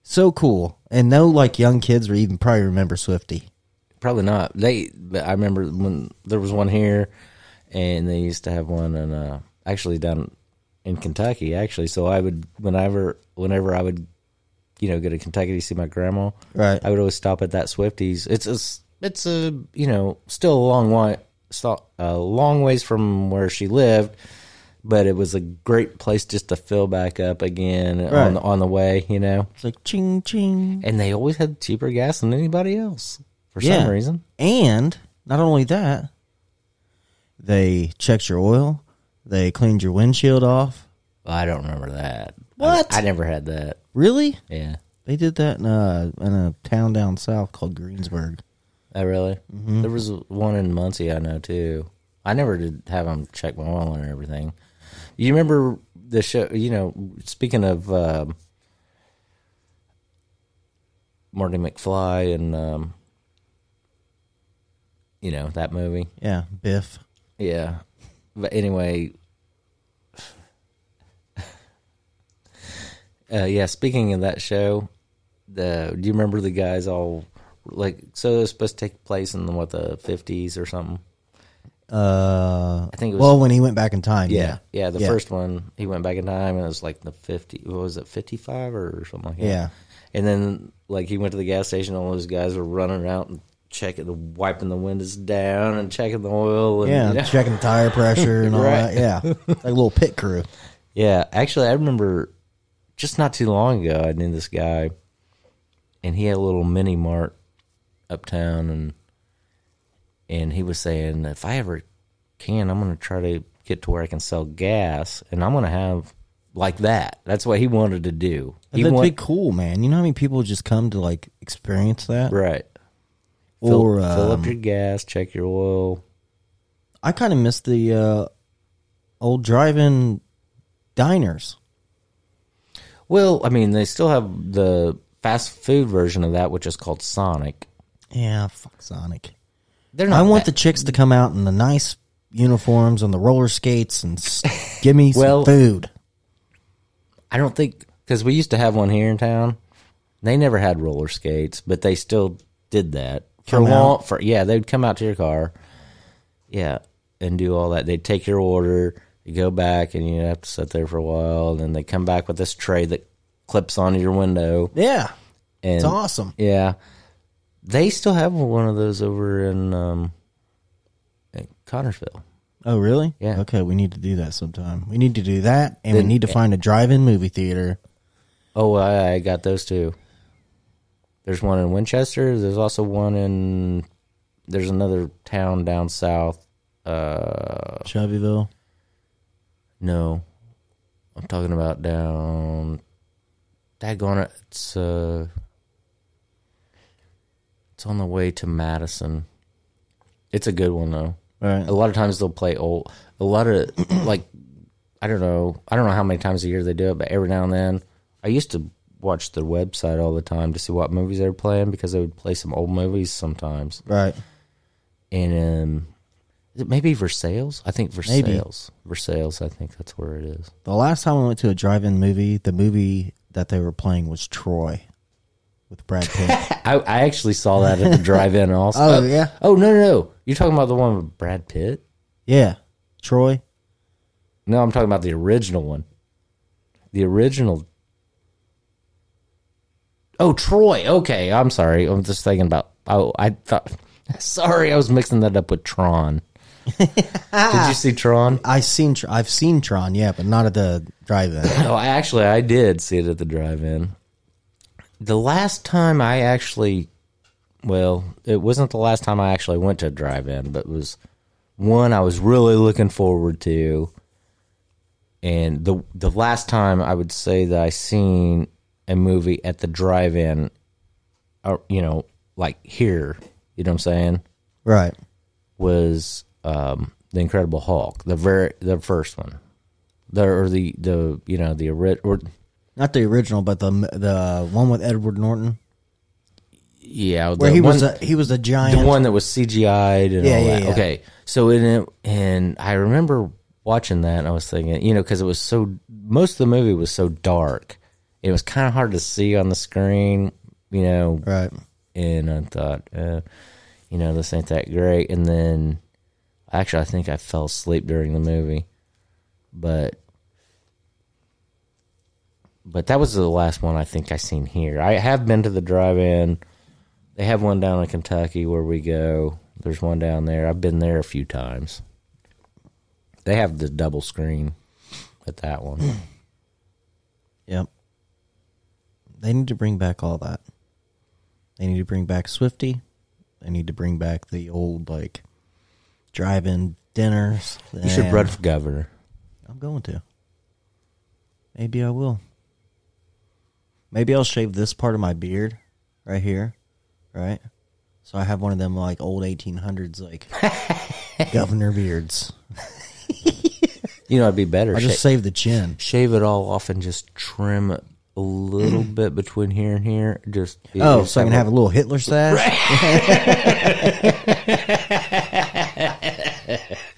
B: So cool. And no like young kids or even probably remember Swifty.
A: Probably not. They. But I remember when there was one here, and they used to have one, and uh, actually down in Kentucky, actually. So I would whenever whenever I would, you know, go to Kentucky to see my grandma.
B: Right.
A: I would always stop at that Swifties. It's a s- it's a you know still a long way, sto- a long ways from where she lived. But it was a great place just to fill back up again
B: Right.
A: on the, on the way, you know.
B: It's like ching ching.
A: And they always had cheaper gas than anybody else for
B: Yeah.
A: some reason.
B: And not only that, they checked your oil, they cleaned your windshield off.
A: Well, I don't remember that.
B: What?
A: I, I never had that.
B: Really?
A: Yeah.
B: They did that in a in a town down south called Greensburg.
A: I Oh, really. There was one in Muncie I know too. I never did have them check my oil and everything. You remember the show? You know, speaking of um, Marty McFly and um, you know that movie.
B: Yeah, Biff.
A: Yeah. But anyway. (laughs) Uh, yeah, speaking of that show, the do you remember the guys all like so it was supposed to take place in what the fifties or something?
B: Uh, I
A: think it was-
B: well when he went back in time. Yeah,
A: yeah. the first one he went back in time and it was like the fifty. What was it, fifty five or something like that?
B: Yeah.
A: And then like he went to the gas station, all those guys were running out and checking the wiping the windows down and checking the oil. And,
B: yeah,
A: (laughs) you know?
B: checking tire pressure
A: (laughs)
B: and all
A: Right.
B: that. Yeah, like a little pit crew.
A: Yeah, actually, I remember just not too long ago, I knew this guy, and he had a little mini mart uptown, and and he was saying, if I ever can, I'm going to try to get to where I can sell gas, and I'm going to have like that. That's what he wanted to do. He
B: That'd
A: wa-
B: be cool, man. You know how many people just come to like experience that?
A: right. Fill,
B: Or
A: fill
B: um,
A: up your gas, check your oil.
B: I kind of miss the uh, old drive-in diners.
A: Well, I mean, they still have the fast food version of that, which is called Sonic.
B: Yeah, fuck Sonic.
A: They're
B: I
A: not.
B: want
A: bad.
B: the chicks to come out in the nice uniforms on the roller skates and s- (laughs) give me some
A: Well-
B: food.
A: I don't think because we used to have one here in town. They never had roller skates, but they still did that for
B: Come
A: long. For yeah, they'd come out to your car, yeah, and do all that. They'd take your order, you go back, and you have to sit there for a while. And then they come back with this tray that clips onto your window.
B: Yeah,
A: And
B: it's awesome.
A: Yeah, they still have one of those over in um, in Connorsville.
B: Oh, really?
A: Yeah.
B: Okay, we need to do that sometime. We need to do that, and we need to find a drive-in movie theater.
A: Oh, I, I got those too. There's one in Winchester. There's also one in. There's another town down south. Uh,
B: Chevyville.
A: no, I'm talking about down. Daggone it! It's uh, it's on the way to Madison. It's a good one though.
B: All right.
A: A lot of times they'll play old. A lot of (clears throat) like, I don't know. I don't know how many times a year they do it, but every now and then, I used to watch their website all the time to see what movies they were playing because they would play some old movies sometimes.
B: Right.
A: And um, is it maybe Versailles? I think Versailles.
B: Maybe.
A: Versailles. I think that's where it is.
B: The last time I went to a drive-in movie, the movie that they were playing was Troy with Brad
A: (laughs)
B: Pitt.
A: I, I actually saw
B: (laughs)
A: that at the drive-in also.
B: Oh, yeah.
A: Oh no no no! You're talking about the one with Brad Pitt?
B: yeah, Troy.
A: No, I'm talking about the original one. The original. Oh, Troy. Okay, I'm sorry. I'm just thinking about. Oh, I thought. (laughs) Sorry, I was mixing that up with Tron. Did you see Tron?
B: I seen Tr- I've seen Tron, yeah, but not at the drive-in.
A: (coughs) No, I actually I did see it at the drive-in. The last time I actually, well, it wasn't the last time I actually went to a drive-in, but it was one I was really looking forward to. And the the last time I would say that I seen a movie at the drive-in, or, you know, like here, you know what I'm saying,
B: right.
A: was um, the Incredible Hulk, the very the first one, the or the the you know the ori- or
B: Not the original, but the the one with Edward Norton,
A: Yeah,
B: where
A: the
B: he
A: one-
B: was a, he was a
A: the
B: giant.
A: one that was CGI'd and
B: Yeah,
A: all
B: yeah,
A: that.
B: yeah.
A: Okay, so in it, and I remember watching that, and I was thinking, you know, because it was so most of the movie was so dark, it was kind of hard to see on the screen, you know.
B: right?
A: And I thought, uh, you know, this ain't that great. And then, actually, I think I fell asleep during the movie, but. But that was the last one I think I seen here. I have been to the drive-in. They have one down in Kentucky where we go. There's one down there. I've been there a few times. They have the double screen at
B: (clears throat)
A: that one.
B: Yep. They need to bring back all that. They need to bring back Swifty. They need to bring back the old like drive-in dinners.
A: You should
B: and-
A: run for governor.
B: I'm going to. Maybe I will. Maybe I'll shave this part of my beard right here, right? So I have one of them like old 1800s
A: (laughs)
B: like governor beards.
A: You know, it'd be better.
B: I
A: Sha-
B: just save the chin.
A: shave it all off and just trim it a little bit between here and here. Just
B: Oh, so I can have a little Hitler sash.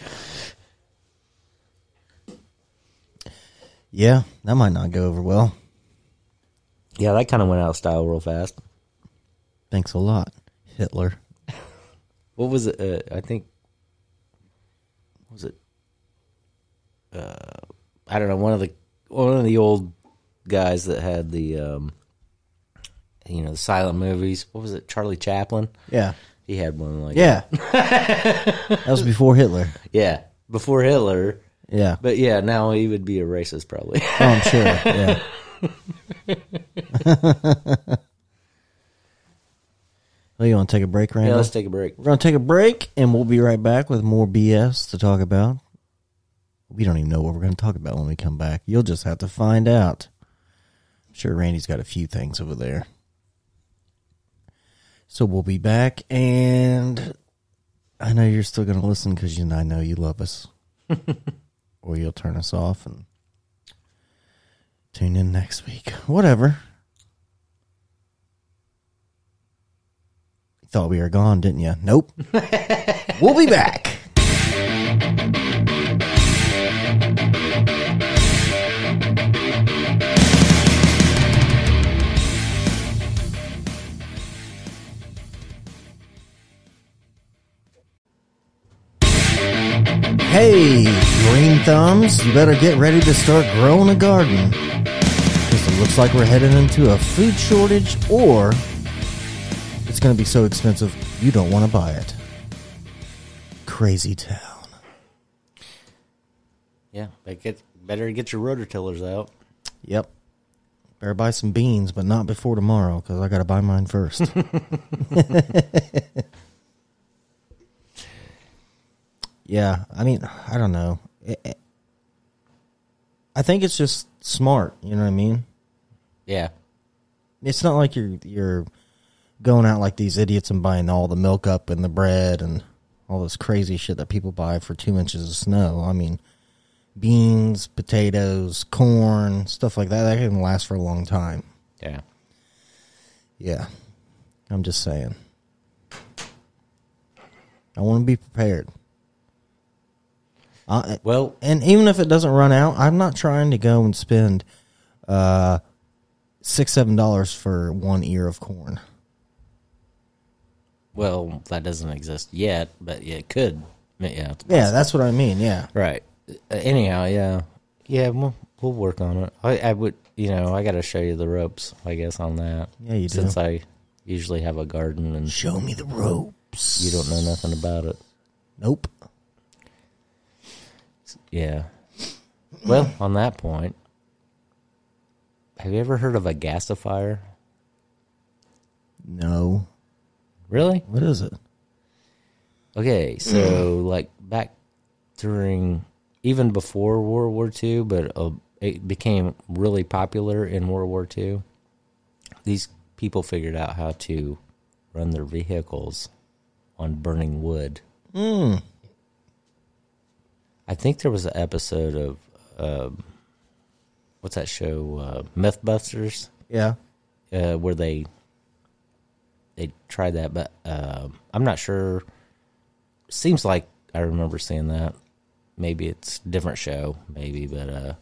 B: (laughs) yeah, that might not go over well.
A: yeah. That kind of went out of style real fast.
B: Thanks a lot, Hitler.
A: What was it? Uh, I think what was it? Uh, I don't know. One of the one of the old guys that had the um, you know the silent movies. What was it? Charlie Chaplin.
B: Yeah,
A: He had one like
B: yeah. that was before Hitler.
A: yeah before Hitler.
B: Yeah,
A: But yeah, now he would be a racist probably.
B: oh,
A: (laughs)
B: I'm sure. Yeah. (laughs) well, you want to take a break, Randall?
A: yeah, let's take a break.
B: We're going to take a break and we'll be right back with more BS to talk about. We don't even know what we're going to talk about when we come back. You'll just have to find out. I'm sure Randy's got a few things over there. So we'll be back and I know you're still going to listen because you I know you love us. or you'll turn us off and tune in next week. Whatever. You thought we were gone, didn't you? Nope. we'll be back. Hey, green thumbs, you better get ready to start growing a garden. Because it looks like we're headed into a food shortage, or it's going to be so expensive you don't want to buy it. Crazy town.
A: Yeah, but get better get your rotor tillers out.
B: Yep. Better buy some beans, but not before tomorrow because I got to buy mine first. yeah, I mean, I don't know. It- it- I think it's just smart. You know what I mean?
A: Yeah.
B: It's not like you're you're going out like these idiots and buying all the milk up and the bread and all this crazy shit that people buy for two inches of snow. I mean, beans, potatoes, corn, stuff like that. That can last for a long time.
A: Yeah.
B: Yeah. I'm just saying. I want to be prepared. I,
A: Well,
B: and even if it doesn't run out, I'm not trying to go and spend uh, six, seven dollars for one ear of corn.
A: well, that doesn't exist yet, but yeah, it could. Yeah. it's
B: Yeah, that's what I mean. Yeah.
A: Right. Uh, anyhow, yeah, yeah, we'll we'll work on it. I, I would, you know, I got to show you the ropes, I guess, on that.
B: Yeah, you do.
A: Since I usually have a garden and
B: Show me the ropes.
A: you don't know nothing about it.
B: Nope.
A: Yeah. Well, on that point, have you ever heard of a gasifier?
B: No.
A: Really?
B: What is it?
A: Okay, so like back during even before World War II, but uh, it became really popular in World War II. These people figured out how to run their vehicles on burning wood. I think there was an episode of um, what's that show? Uh, MythBusters,
B: Yeah.
A: uh, where they they tried that, but uh, I'm not sure. Seems like I remember seeing that. Maybe it's a different show, maybe, but uh,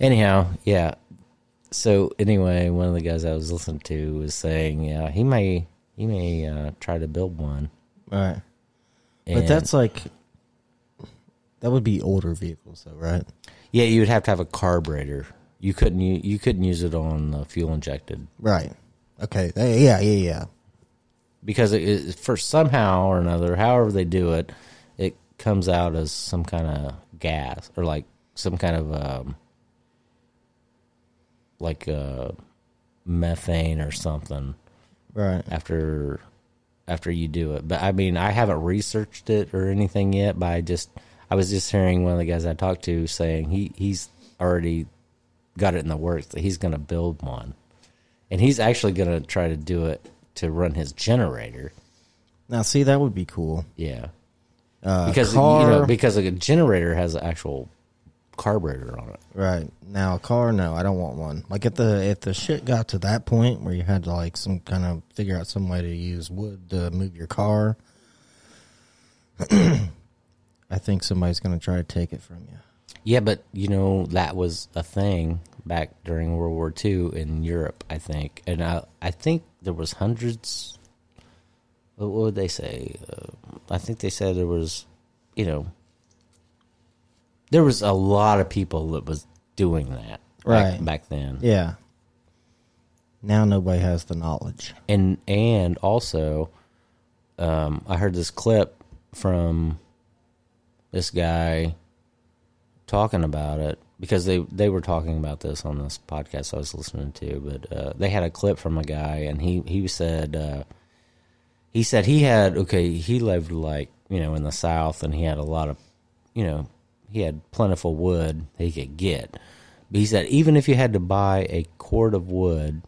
A: anyhow, yeah. So anyway, one of the guys I was listening to was saying, yeah, he may he may uh, try to build one.
B: All right. But
A: And-
B: that's like that would be older vehicles though, right?
A: yeah, you would have to have a carburetor. You couldn't you, you couldn't use it on uh, fuel injected
B: Right. Okay. Hey, Yeah, yeah, yeah.
A: because it, it, for somehow or another, however they do it, it comes out as some kind of gas or like some kind of um, like uh, methane or something
B: Right.
A: after after you do it. But I mean, I haven't researched it or anything yet. But I just I was just hearing one of the guys I talked to saying he he's already got it in the works that he's going to build one, and he's actually going to try to do it to run his generator.
B: Now see that would be cool.
A: Yeah, because you
B: Uh, car-
A: know because a generator has an actual carburetor on it.
B: Right. Now a car, no, I don't want one. Like if the if the shit got to that point where you had to like some kind of figure out some way to use wood to move your car (clears throat) I think somebody's gonna try to take it from you.
A: Yeah, but you know that was a thing back during World War II in Europe, I think, and I I think there was hundreds. What what would they say? Uh, I think they said there was, you know, there was a lot of people that was doing that
B: Right.
A: back, back then,
B: Yeah. Now nobody has the knowledge.
A: and and also, um, I heard this clip from this guy talking about it because they they were talking about this on this podcast I was listening to, but uh, they had a clip from a guy and he he said uh, he said he had okay he lived like you know in the South and he had a lot of you know he had plentiful wood that he could get, but he said even if you had to buy a cord of wood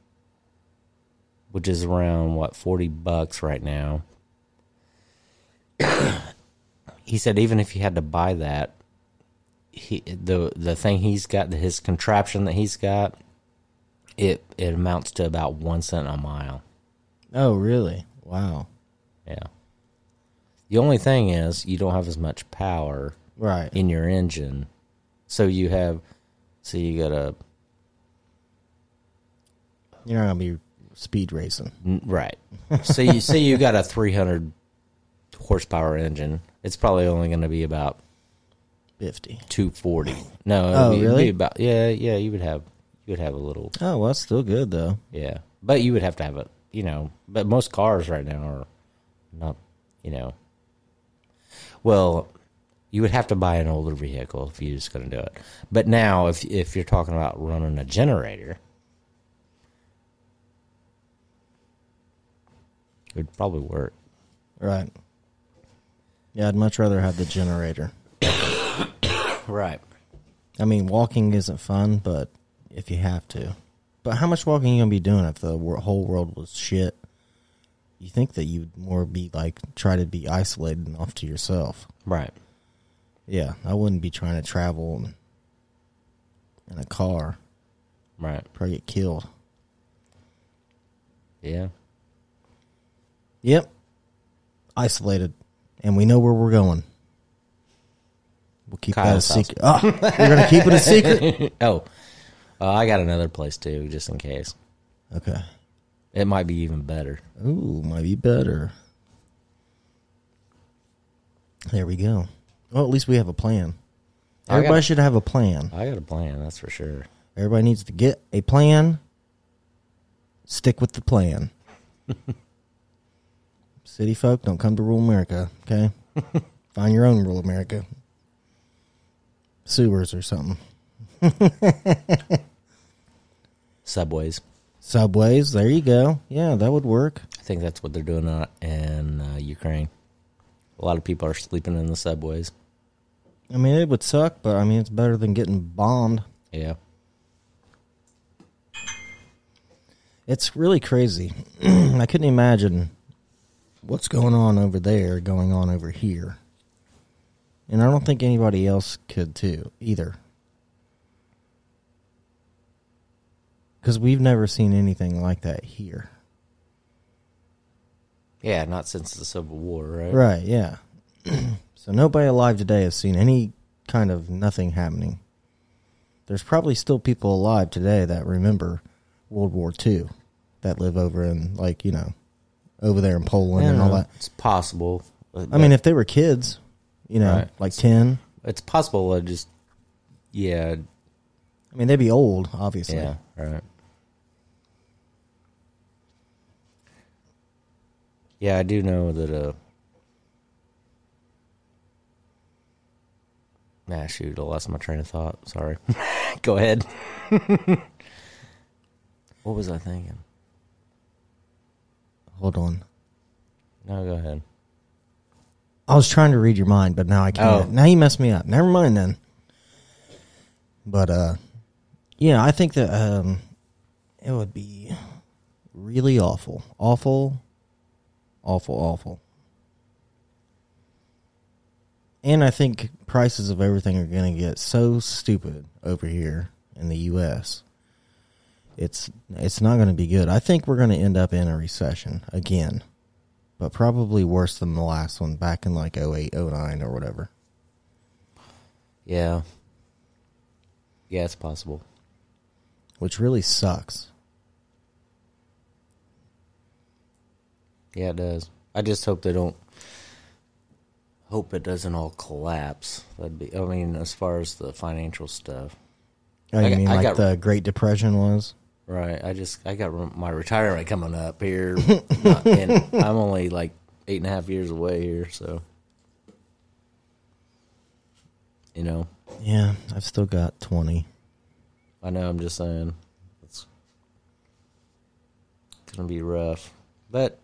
A: which is around what 40 bucks right now (coughs) he said even if you had to buy that he the the thing he's got his contraption that he's got it it amounts to about 1 cent a mile
B: Oh really? Wow.
A: yeah the only thing is you don't have as much power
B: Right.
A: in your engine. So you have, so you got a
B: You're not gonna be speed racing.
A: right. So you say you got a 300 horsepower engine. It's probably only going to be about
B: Fifty.
A: 240. No, it'd
B: (laughs) Oh,
A: be, it'd be
B: really?
A: about yeah, yeah. You would have you would have a little
B: Oh well, that's still good though.
A: yeah, but you would have to have a you know. But most cars right now are not you know. Well, you would have to buy an older vehicle if you're just going to do it. But now, if if you're talking about running a generator, it would probably work.
B: Right. Yeah, I'd much rather have the generator.
A: Right.
B: I mean, walking isn't fun, but if you have to. But how much walking you gonna be doing if the wor- whole world was shit? You think that you'd more be like try to be isolated and off to yourself?
A: Right.
B: Yeah, I wouldn't be trying to travel in- in a car.
A: Right.
B: Probably get killed.
A: Yeah.
B: Yep. Isolated, and we know where we're going. We'll keep that a
A: Kyle's house.
B: secret. Oh, (laughs) we're gonna keep it a secret.
A: Oh, uh, I got another place too, just in case.
B: Okay.
A: It might be even better.
B: Ooh, might be better. There we go. Well, at least we have a plan.
A: I got-
B: Everybody should have a plan.
A: I got a plan, that's for sure.
B: Everybody needs to get a plan. Stick with the plan. City folk, don't come to rural America, okay? Find your own rural America. Sewers or something.
A: Subways.
B: Subways, there you go. Yeah, that would work.
A: I think that's what they're doing out in uh, Ukraine. A lot of people are sleeping in the subways.
B: I mean, it would suck, but I mean, it's better than getting bombed.
A: Yeah.
B: It's really crazy. (clears throat) I couldn't imagine what's going on over there going on over here. And I don't think anybody else could too either. because we've never seen anything like that here.
A: Yeah, not since the Civil War, right?
B: Right, yeah. (clears throat) so nobody alive today has seen any kind of nothing happening. There's probably still people alive today that remember World War II that live over in, like, you know, over there in Poland and all that.
A: It's possible.
B: I mean, if they were kids, you know,
A: Right.
B: like 10,
A: it's possible. I just, yeah,
B: I mean, they'd be old, obviously.
A: yeah, right. Yeah, I do know that. Uh, nah, shoot, I lost my train of thought. Sorry. (laughs) Go ahead. (laughs) what was I thinking?
B: Hold on.
A: No, go ahead.
B: I was trying to read your mind, but now I can't.
A: Oh.
B: Now you messed me up. Never mind then. But uh yeah, I think that um it would be really awful. Awful, awful, awful. And I think prices of everything are gonna get so stupid over here in the US. It's it's not gonna be good. I think we're gonna end up in a recession again but probably worse than the last one back in like 08, 09 or whatever.
A: Yeah. Yeah, it's possible.
B: Which really sucks.
A: Yeah, it does. I just hope they don't. Hope it doesn't all collapse. That'd be. I mean, as far as the financial stuff,
B: Oh,
A: I
B: you
A: got-
B: mean
A: I
B: like
A: got-
B: the Great Depression was?
A: right? I just I got re- my retirement coming up here, not- and I'm only like eight and a half years away here, so you know,
B: Yeah, I've still got 20.
A: I know. I'm just saying, it's gonna be rough, but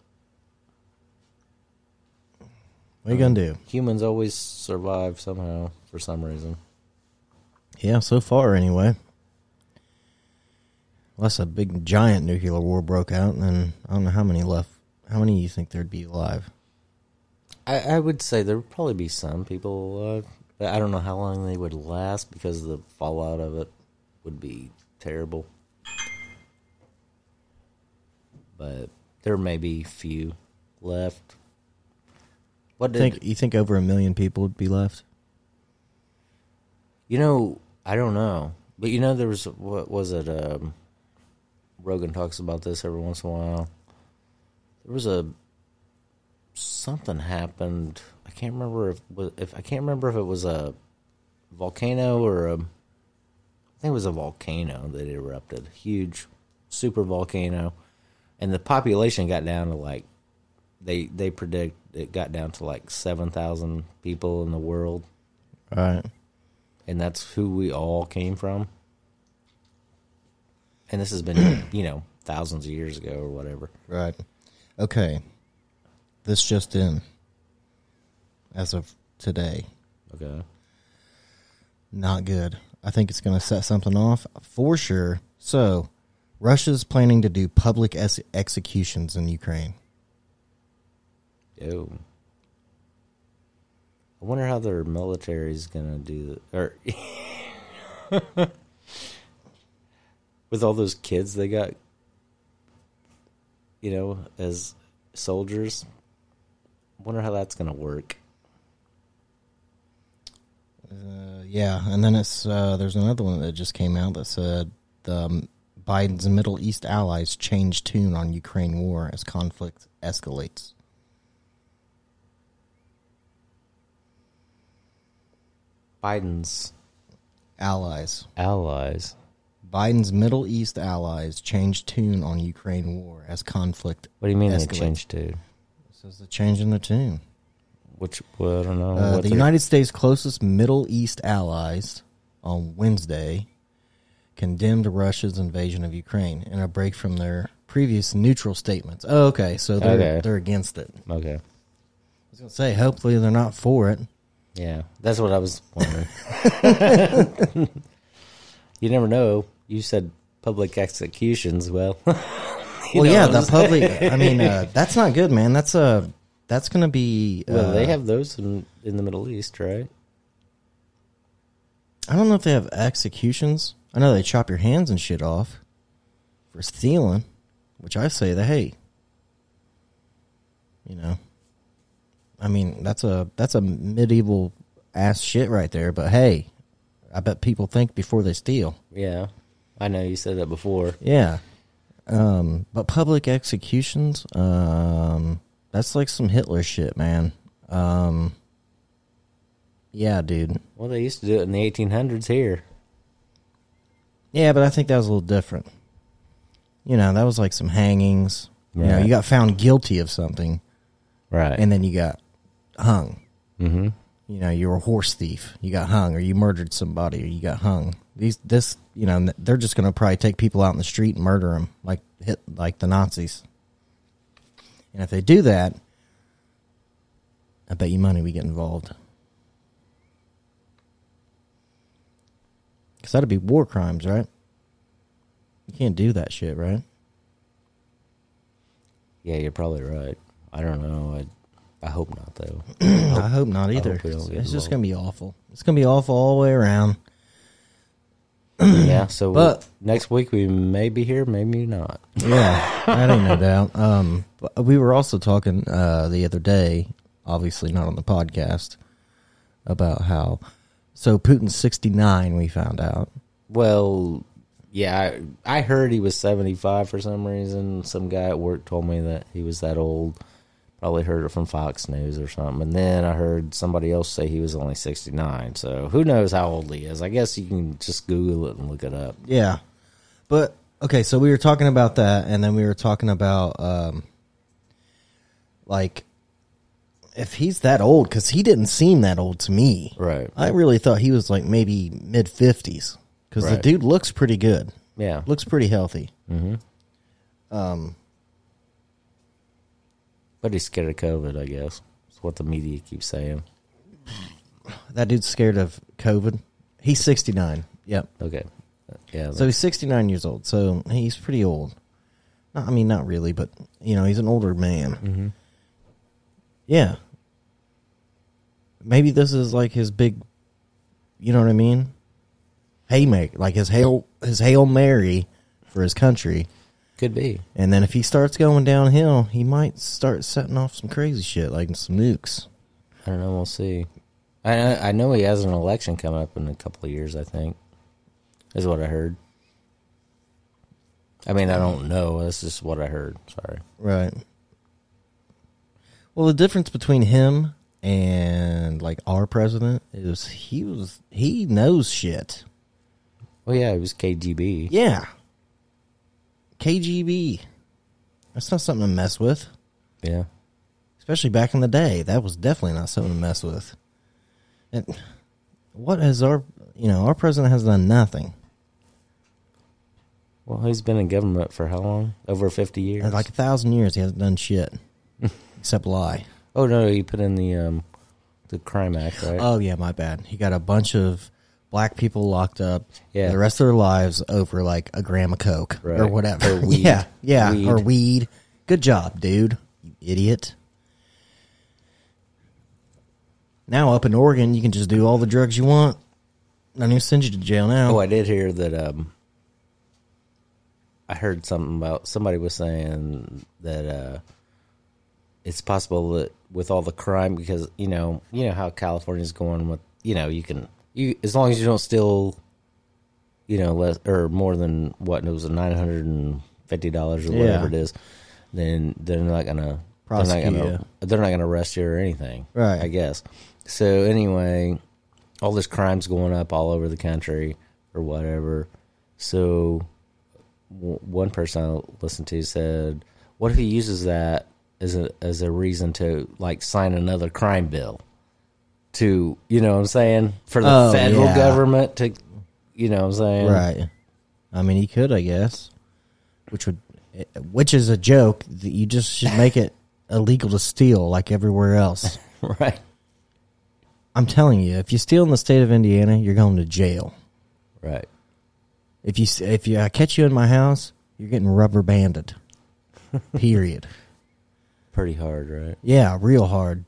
B: What you going to do?
A: humans always survive somehow for some reason.
B: Yeah, so far anyway. Unless a big giant nuclear war broke out, and then I don't know how many left. How many you think there'd be alive?
A: I, I would say there would probably be some people. Uh, but I don't know how long they would last because the fallout of it would be terrible. But there may be few left. What did
B: Think you think over a million people would be left?
A: you know? I don't know, but you know there was what was it? Um, Rogan talks about this every once in a while. There was a something happened. I can't remember if was- if I can't remember if it was a volcano or a I think it was a volcano that erupted, huge super volcano, and the population got down to like they they predict it got down to like seven thousand people in the world,
B: All right.
A: and that's who we all came from. And this has been (clears throat) you know thousands of years ago or whatever.
B: Right. Okay. This just in. As of today.
A: Okay.
B: not good. I think it's going to set something off for sure. So, Russia's planning to do public ex- executions in Ukraine.
A: Oh. I wonder how their military's gonna do the, or (laughs) with all those kids they got, you know, as soldiers. Wonder how that's gonna work.
B: Uh, yeah, and then it's uh, there's another one that just came out that said the um, Biden's Middle East allies change tune on Ukraine war as conflict escalates.
A: Biden's
B: Allies.
A: allies.
B: Biden's Middle East allies change tune on Ukraine war as conflict.
A: What do you mean
B: escalates.
A: they changed to?
B: Says the change in the tune.
A: Which well, I don't know.
B: Uh,
A: what
B: the
A: they're-
B: United States' closest Middle East allies on Wednesday condemned Russia's invasion of Ukraine in a break from their previous neutral statements. Oh, okay, so they're
A: Okay.
B: they're against it. I
A: okay.
B: was gonna say, hopefully they're not for it.
A: Yeah, that's what I was wondering. (laughs) you never know. You said public executions. Well, (laughs)
B: well, yeah, the public. I mean, uh, that's not good, man. That's uh, that's gonna be. Uh,
A: well, they have those in in the Middle East, right?
B: I don't know if they have executions. I know they chop your hands and shit off. for stealing, which I say that hey, you know, I mean that's a that's a medieval ass shit right there. But hey, I bet people think before they steal.
A: Yeah. I know you said that before.
B: Yeah. Um, but public executions, um, that's like some Hitler shit, man. Um, yeah, dude.
A: Well, they used to do it in the 1800s here.
B: Yeah, but I think that was a little different. You know, that was like some hangings. You know,
A: Right.
B: you got found guilty of something,
A: Right.
B: and then you got hung. Mm-hmm. You know, you were a horse thief. You got hung, or you murdered somebody, or you got hung. These, this, you know, they're just going to probably take people out in the street and murder them, like hit, like the Nazis. And if they do that, I bet you money we get involved. Because that'd be war crimes, right? You can't do that shit, right?
A: yeah, you're probably right. I don't know. I, I hope not, (clears throat) though.
B: I hope not either.
A: hope we don't
B: it's
A: get
B: it's just
A: involved.
B: going to be awful. It's going to be awful all the way around.
A: yeah, so
B: But-
A: next week we may be here, maybe not.
B: Yeah, that ain't no doubt. Um, but we were also talking uh, the other day, obviously not on the podcast, about how so Putin's sixty nine. We found out.
A: Well, yeah, I, I heard he was 75 for some reason. Some guy at work told me that he was that old. Probably heard it from Fox News or something. And then I heard somebody else say he was only 69. So who knows how old he is? I guess you can just Google it and look it up.
B: Yeah, but okay. So we were talking about that, and then we were talking about um, like if he's that old, because he didn't seem that old to me.
A: Right.
B: I really thought he was like maybe mid fifties because the
A: Right.
B: dude looks pretty good.
A: Yeah.
B: Looks pretty healthy.
A: But he's scared of COVID, I guess. That's what the media keeps saying.
B: That dude's scared of COVID. He's 69. Yep.
A: Okay. Yeah.
B: So he's 69 years old. So he's pretty old. No, I mean, not really, but, you know, he's an older man. Yeah. Maybe this is like his big, you know what I mean? Haymaker, like his Hail, his Hail Mary for his country.
A: could be.
B: And then if he starts going downhill, he might start setting off some crazy shit, like some nukes.
A: I don't know. We'll see. I I know he has an election coming up in a couple of years. I think is what I heard. I mean, I don't know. That's just what I heard. Sorry.
B: Right. Well, the difference between him and like our president is he was he knows shit.
A: Well, yeah, it was KGB.
B: Yeah. KGB. That's not something to mess with,
A: Yeah.
B: especially back in the day. That was definitely not something to mess with. And what has our you know, our president has done nothing.
A: Well, he's been in government for how long? Over fifty years.
B: In like a thousand years he hasn't done shit. except lie.
A: oh no, he put in the um, the crime act, right?
B: Oh yeah, my bad. He got a bunch of black people locked up
A: Yeah.
B: the rest of their lives over like a gram of coke or
A: Right.
B: whatever. (laughs)
A: Or weed.
B: Yeah, yeah,
A: Weed.
B: or weed. Good job, dude. You idiot. Now up in Oregon, you can just do all the drugs you want. Don't even send you to jail now.
A: Oh, I did hear that. Um, I heard something about somebody was saying that uh, it's possible that with all the crime, because you know, you know how California's going with, you know, you can you as long as you don't steal, you know, less or more than what it was nine hundred and fifty dollars or
B: Yeah.
A: whatever it is, then they're not gonna
B: Prosecute
A: they're not gonna,
B: you.
A: they're not gonna arrest you or anything,
B: Right.
A: I guess. So anyway, all this crime's going up all over the country or whatever. So w- one person I listened to said, "What if he uses that as a as a reason to like sign another crime bill to you know what I'm saying for the
B: Oh,
A: federal
B: yeah.
A: government to you know what I'm saying
B: right. I mean, he could, I guess. Which would, eh, which is a joke that you just should make it illegal to steal like everywhere else.
A: (laughs) right
B: I'm telling you, if you steal in the state of Indiana, you're going to jail.
A: right
B: If you if you I catch you in my house, you're getting rubber banded. Period.
A: pretty hard right
B: Yeah, real hard.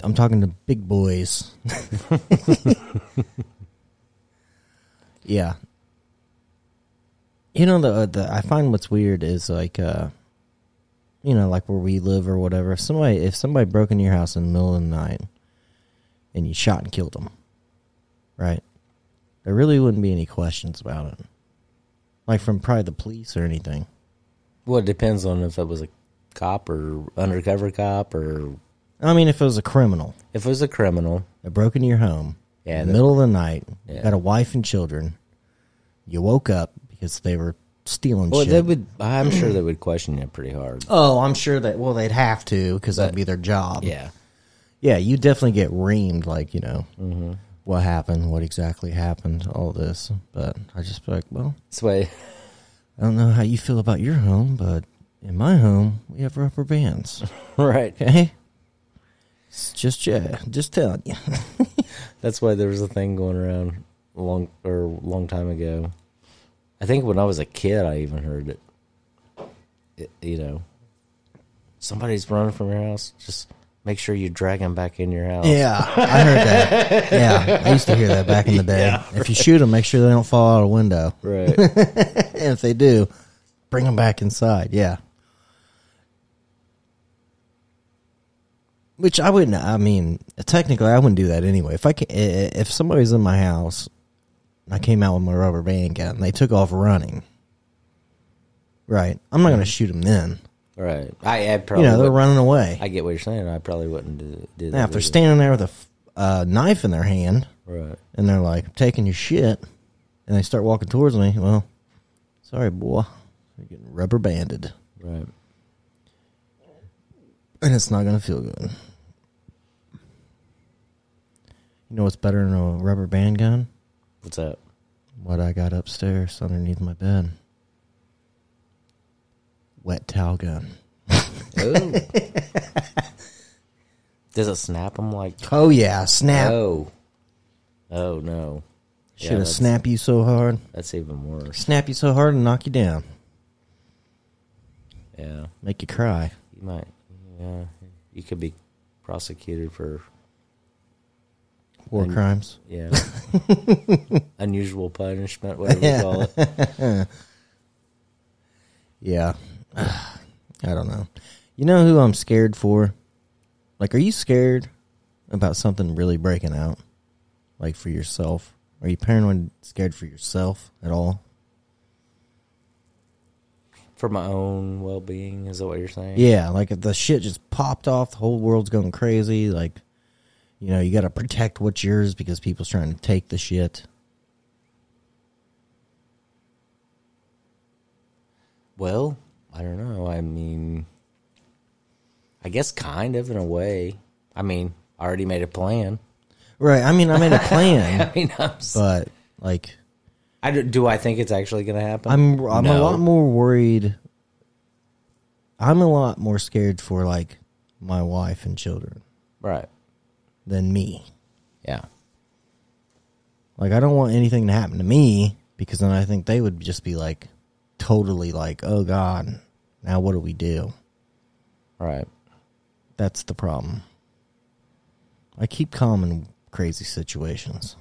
B: I'm talking to big boys. yeah. you know the uh, the I find what's weird is like uh you know like where we live or whatever if somebody if somebody broke into your house in the middle of the night and you shot and killed them right there really wouldn't be any questions about it like from probably the police or anything
A: Well, it depends on if it was a cop or undercover cop or
B: I mean if it was a criminal
A: if it was a criminal.
B: that broke into your home
A: Yeah,
B: in the
A: that-
B: middle of the night
A: Yeah.
B: got a wife and children you woke up because they were stealing
A: Well,
B: shit
A: they would. I'm sure they would question you pretty hard.
B: oh I'm sure that well they'd have to because that'd
A: But-
B: be their job
A: Yeah.
B: yeah, you definitely get reamed, like, you know, what happened, what exactly happened, all this. But I just be like, well,
A: That's why. (laughs)
B: I don't know how you feel about your home, but in my home, we have rubber (laughs) bands.
A: Right.
B: Okay? It's just, yeah, just telling you.
A: That's why there was a thing going around a long or a long time ago. I think when I was a kid, I even heard it. it you know, somebody's running from your house. Just make sure you drag them back in your house.
B: Yeah, I heard that. Yeah, I used to hear that back
A: (laughs)
B: in the day. If you shoot them, make sure they don't fall out a window.
A: Right.
B: And if they do, bring them back inside. Yeah. Which I wouldn't. I mean, technically, I wouldn't do that anyway. If I ca- i- if somebody was in my house, and I came out with my rubber band gun, and they took off running. Right, I'm not going to shoot them then.
A: right. I, I
B: You
A: probably.
B: know, they're
A: wouldn't-
B: running away.
A: I get what you're saying. I probably wouldn't do, do that.
B: now, if they're
A: either.
B: standing there with a f- uh, knife in their hand,
A: Right.
B: and they're like, "I'm taking your shit," and they start walking towards me, well, sorry, boy, you're getting rubber banded.
A: Right.
B: and it's not gonna feel good. You know what's better than a rubber band gun?
A: What's up?
B: What I got upstairs underneath my bed. Wet towel gun.
A: Oh. Does it snap them like?
B: Oh yeah, snap.
A: Oh. Oh no. Yeah,
B: Should have
A: that's-
B: snapped you so hard.
A: That's even worse.
B: Snap you so hard and knock you down.
A: Yeah.
B: Make you cry.
A: You might. Yeah. You could be prosecuted for
B: War crimes.
A: yeah
B: (laughs)
A: unusual punishment, whatever you call it.
B: Yeah. I don't know. You know who I'm scared for? Like, are you scared about something really breaking out? Like, for yourself? Are you paranoid, scared for yourself at all?
A: For my own well being, is that what you're saying?
B: Yeah, like if the shit just popped off, the whole world's going crazy. Like, you know, you got to protect what's yours because people's trying to take the shit.
A: Well, I don't know. I mean, I guess kind of in a way. I mean, I already made a plan. (laughs)
B: Right. I mean, I made a plan,
A: I mean, I'm, s-
B: but like,
A: I don't- do I think it's actually going to happen?
B: I'm I'm a
A: No.
B: lot more worried. I'm a lot more scared for like my wife and children
A: right.
B: than me.
A: Yeah.
B: Like I don't want anything to happen to me because then I think they would just be like totally like, "Oh god, now what do we do?"
A: Right.
B: That's the problem. I keep calm in crazy situations.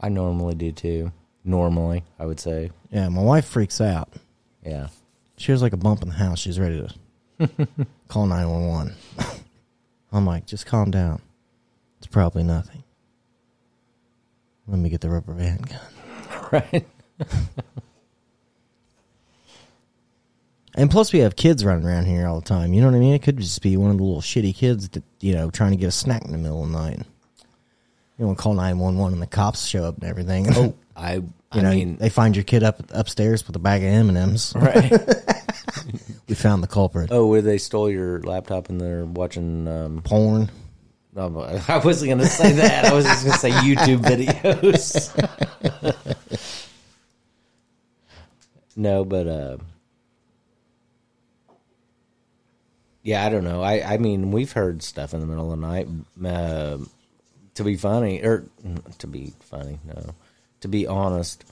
A: I normally do too. Normally, I would say.
B: Yeah, my wife freaks out.
A: Yeah. (laughs)
B: She has like a bump in the house. She's ready to call 911. I'm like, just calm down. It's probably nothing. Let me get the rubber band gun.
A: Right.
B: And plus, we have kids running around here all the time. You know what I mean? It could just be one of the little shitty kids that, you know, trying to get a snack in the middle of the night. You know, call 911 and the cops show up and everything. Oh,
A: I.
B: (laughs)
A: I
B: you know,
A: mean,
B: they find your kid up upstairs with a bag of M&Ms.
A: (laughs) right.
B: We found the culprit.
A: Oh, where they stole your laptop and they're watching. Um,
B: Porn.
A: no, (laughs) I wasn't going to say that. I was just going to say YouTube videos. no, but uh, yeah, I don't know. I I mean, we've heard stuff in the middle of the night. Uh, to be funny, or to be funny, no, to be honest.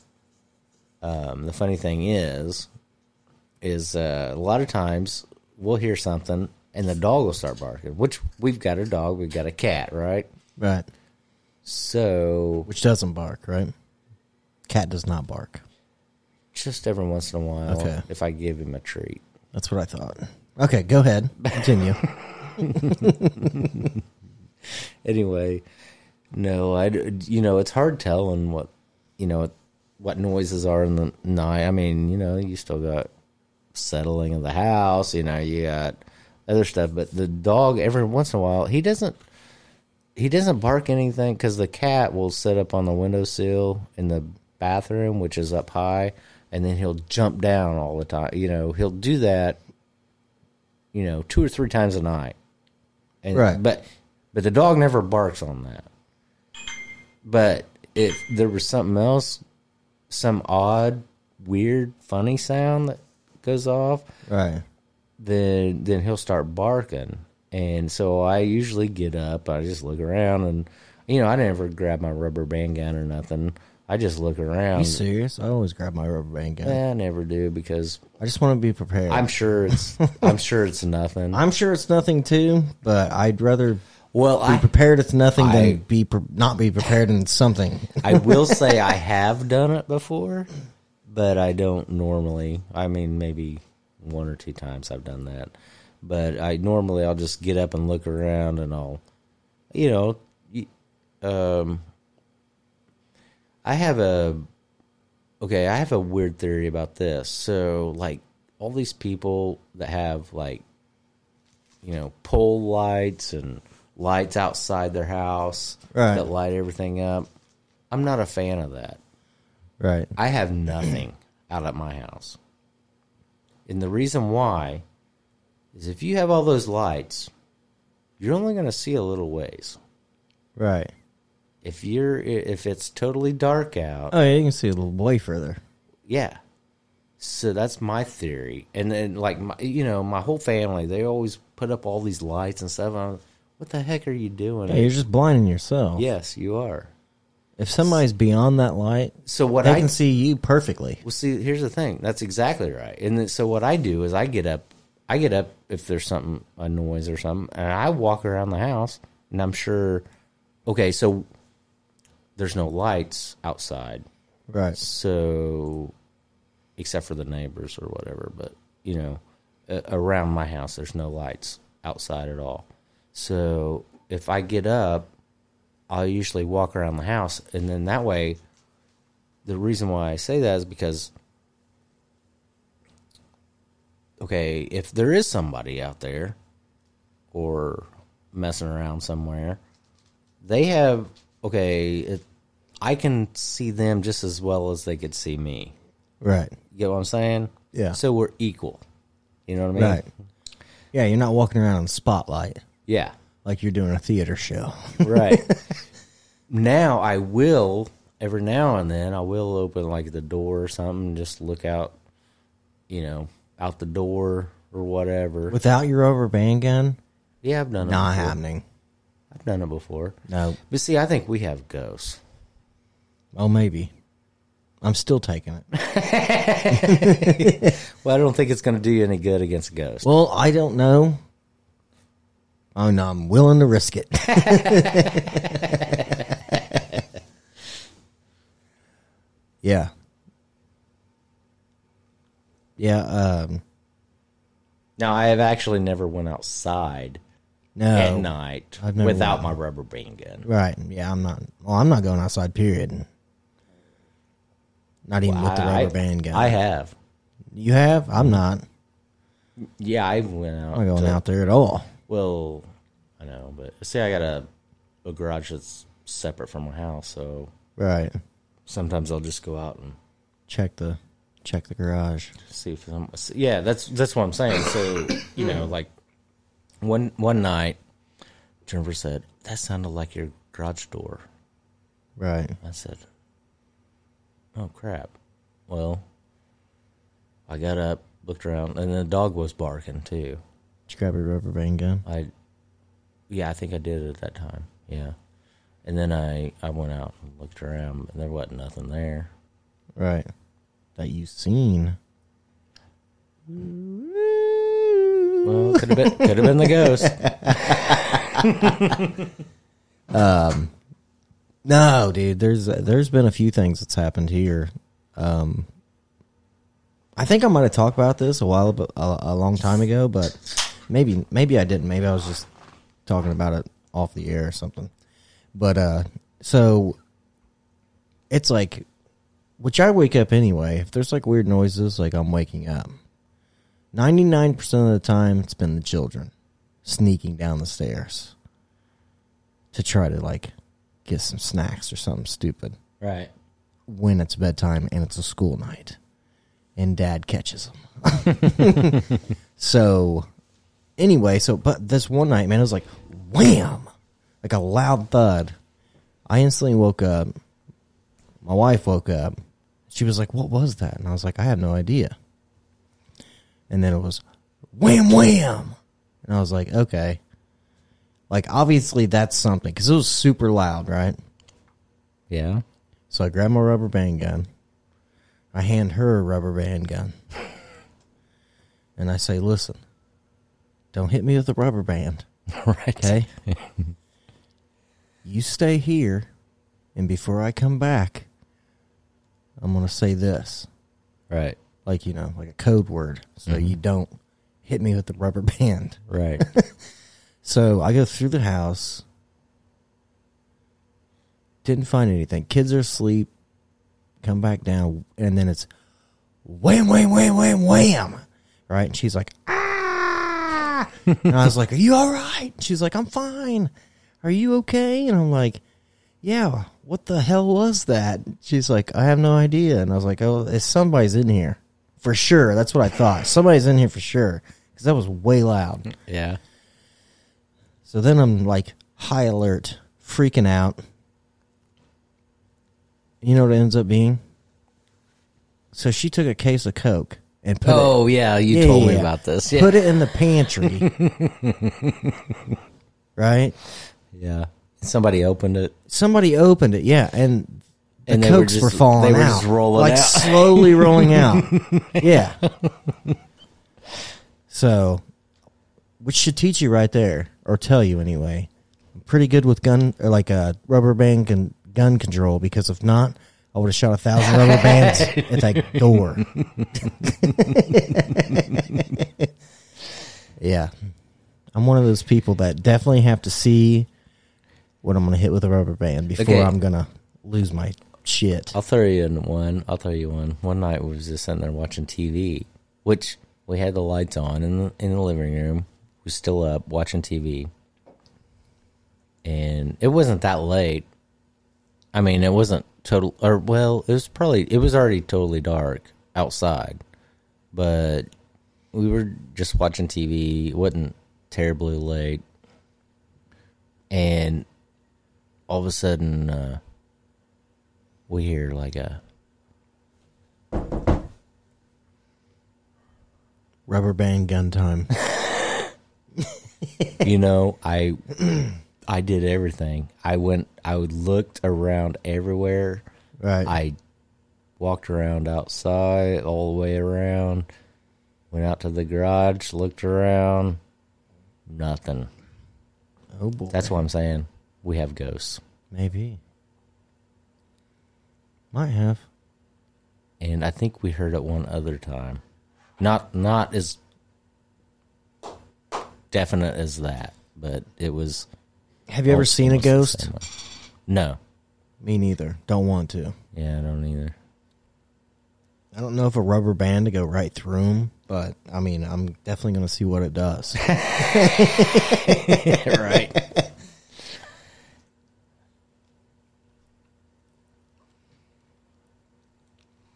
A: Um, the funny thing is, is uh, a lot of times we'll hear something and the dog will start barking. Which we've got a dog, we've got a cat, right?
B: Right.
A: So
B: Which doesn't bark, right? Cat does not bark.
A: Just every once in a while,
B: Okay.
A: if I give him a treat.
B: That's what I thought. Okay, go ahead.
A: (laughs)
B: Continue.
A: Anyway, no, I d- you know it's hard telling what you know what noises are in the night. I mean, you know, you still got settling of the house. You know, you got other stuff, but the dog every once in a while he doesn't he doesn't bark anything because the cat will sit up on the windowsill in the bathroom, which is up high, and then he'll jump down all the time. You know, he'll do that, you know, two or three times a night. And,
B: Right.
A: But but the dog never barks on that. But if there was something else, some odd, weird, funny sound that goes off,
B: right.
A: then then he'll start barking. And so I usually get up, I just look around and you know, I never grab my rubber band gun or nothing. I just look
B: Are you
A: around.
B: serious? I always grab my rubber band gun.
A: Eh, I never do because
B: I just want to be prepared.
A: I'm sure it's I'm sure it's nothing.
B: I'm sure it's nothing too, but I'd rather
A: well,
B: be
A: I
B: prepared it's nothing
A: I-
B: than be pre- not be prepared in
A: (laughs)
B: something.
A: I will say I have done it before, but I don't normally. I mean, maybe one or two times I've done that, but I normally I'll just get up and look around and I'll, you know, y- um, I have a okay. I have a weird theory about this. So, like all these people that have like, you know, pole lights and lights outside their house
B: Right.
A: that light everything up. I'm not a fan of that.
B: right.
A: I have nothing (clears throat) out at my house. And the reason why is if you have all those lights, you're only going to see a little ways.
B: Right.
A: If you're if it's totally dark out,
B: Oh yeah, you can see a little way further.
A: yeah. So that's my theory. And then like my, you know, my whole family, they always put up all these lights and stuff. I'm, what the heck are you doing?
B: Hey, you're just blinding yourself.
A: yes, you are.
B: If somebody's beyond that light,
A: So what
B: they
A: I
B: can see you perfectly.
A: Well, see, here's the thing. That's exactly right. And then, so what I do is I get up. I get up if there's something a noise or something, and I walk around the house. And I'm sure. Okay, so there's no lights outside,
B: Right.
A: so except for the neighbors or whatever. But you know, a- around my house, there's no lights outside at all. So if I get up, I'll usually walk around the house, and then that way the reason why I say that is because okay, if there is somebody out there or messing around somewhere, they have okay, it, I can see them just as well as they could see me.
B: Right.
A: You get what I'm saying?
B: Yeah.
A: So we're equal. You know what I mean?
B: Right. Yeah, you're not walking around in the spotlight (laughs)
A: Yeah.
B: like you're doing a theater show. (laughs)
A: Right. now I will every now and then I will open like the door or something, just look out, you know, out the door or whatever.
B: Without your rubber band gun,
A: yeah, I've done it.
B: not
A: before.
B: happening.
A: I've done it before.
B: No.
A: But see, I think we have ghosts.
B: Oh, maybe. I'm still taking (laughs) it.
A: Well, I don't think it's going to do you any good against ghosts.
B: Well, I don't know. Oh no, I'm willing to risk (laughs) it. yeah. Yeah, um
A: now, I have actually never went outside
B: no.
A: at night
B: I've never went
A: without my rubber band gun.
B: Right. Yeah, I'm not well, I'm not going outside, period. Not even with the
A: I-
B: rubber band gun.
A: I have.
B: you have? I'm not.
A: Yeah, I went out.
B: I'm not going
A: to-
B: out there at all.
A: Well, I know, but see, I got a a garage that's separate from my house, so
B: Right.
A: sometimes I'll just go out and
B: Check the check the garage.
A: see if some. Yeah, that's that's what I'm saying. So you know, like one one night, Jennifer said that sounded like your garage door.
B: Right.
A: I said, "Oh crap!" Well, I got up, looked around, and the dog was barking too.
B: Did you grab your rubber band gun?
A: I, yeah, I think I did it at that time. Yeah, and then I I went out and looked around, and there wasn't nothing there.
B: Right. That you seen.
A: Well, could have been could have been the ghost.
B: No, dude. There's there's been a few things that's happened here. Um, I think I might have talked about this a while, abo- a, a long time ago, but maybe maybe I didn't. Maybe I was just talking about it off the air or something. But uh, so it's like, which I wake up anyway. If there's like weird noises, like I'm waking up. Ninety nine percent of the time, it's been the children sneaking down the stairs to try to like get some snacks or something stupid
A: Right.
B: when it's bedtime and it's a school night and dad catches them. so anyway, so but this one night, man, it was like wham, like a loud thud. I instantly woke up. My wife woke up. She was like, "What was that?" And I was like, "I have no idea." And then it was wham wham. And I was like, "Okay." Like obviously that's something cuz it was super loud, right?
A: (laughs) Yeah.
B: So I grabbed my rubber band gun. I hand her a rubber band gun. And I say, listen, don't hit me with a rubber band,
A: (laughs) Right.
B: okay? you stay here, and before I come back, I'm going to say this
A: Right.
B: like, you know, like a code word. So you don't hit me with the rubber band.
A: (laughs) Right.
B: So I go through the house. Didn't find anything. Kids are asleep. Come back down, and then it's wham, wham, wham, wham, wham. Right? And she's like, ah. and I was like, Are you all right? And she's like, I'm fine. Are you okay? And I'm like, Yeah, what the hell was that? She's like, I have no idea. And I was like, Oh, it's somebody's in here. For sure. That's what I thought. Somebody's in here for sure. Because that was way loud.
A: yeah.
B: So then I'm like high alert, freaking out. You know what it ends up being? So she took a case of Coke and put it
A: Oh yeah, you
B: Yeah,
A: told me
B: yeah.
A: about this. Yeah.
B: put it in the
A: (laughs)
B: pantry. right?
A: yeah. Somebody opened it.
B: Somebody opened it, yeah, and the
A: And they were
B: cokes were,
A: just-
B: falling
A: they were
B: out,
A: just rolling
B: like
A: out.
B: slowly rolling
A: (laughs)
B: out. Yeah. So, which should teach you right there, or tell you anyway. I'm pretty good with gun, or like a rubber band and gun control, because if not, I would have shot a
A: (laughs)
B: thousand rubber bands at that door. yeah, I'm one of those people that definitely have to see what I'm going to hit with a rubber band before
A: Okay.
B: I'm going to lose my shit.
A: I'll throw you in one. I'll throw you one. One night we was just sitting there watching TV, which we had the lights on in the, in the living room. We was still up watching TV, and it wasn't that late. I mean, it wasn't total, or well, it was probably it was already totally dark outside, but we were just watching TV. It wasn't terribly late, and all of a sudden. Uh, we hear like a
B: Rubber band gun
A: (laughs)
B: time.
A: you know i (clears throat) i did everything i went i looked around everywhere
B: Right.
A: i walked around outside all the way around went out to the garage looked around nothing
B: oh boy.
A: that's what i'm saying we have ghosts
B: Maybe. Might have.
A: and i think we heard it one other time not not as definite as that but it was
B: Have you ever
A: almost
B: seen a
A: the
B: ghost?
A: same way. no
B: Me neither. Don't want to.
A: Yeah, I don't either.
B: I don't know if a rubber band to go right through 'em, but I mean, I'm definitely going to see what it does.
A: right.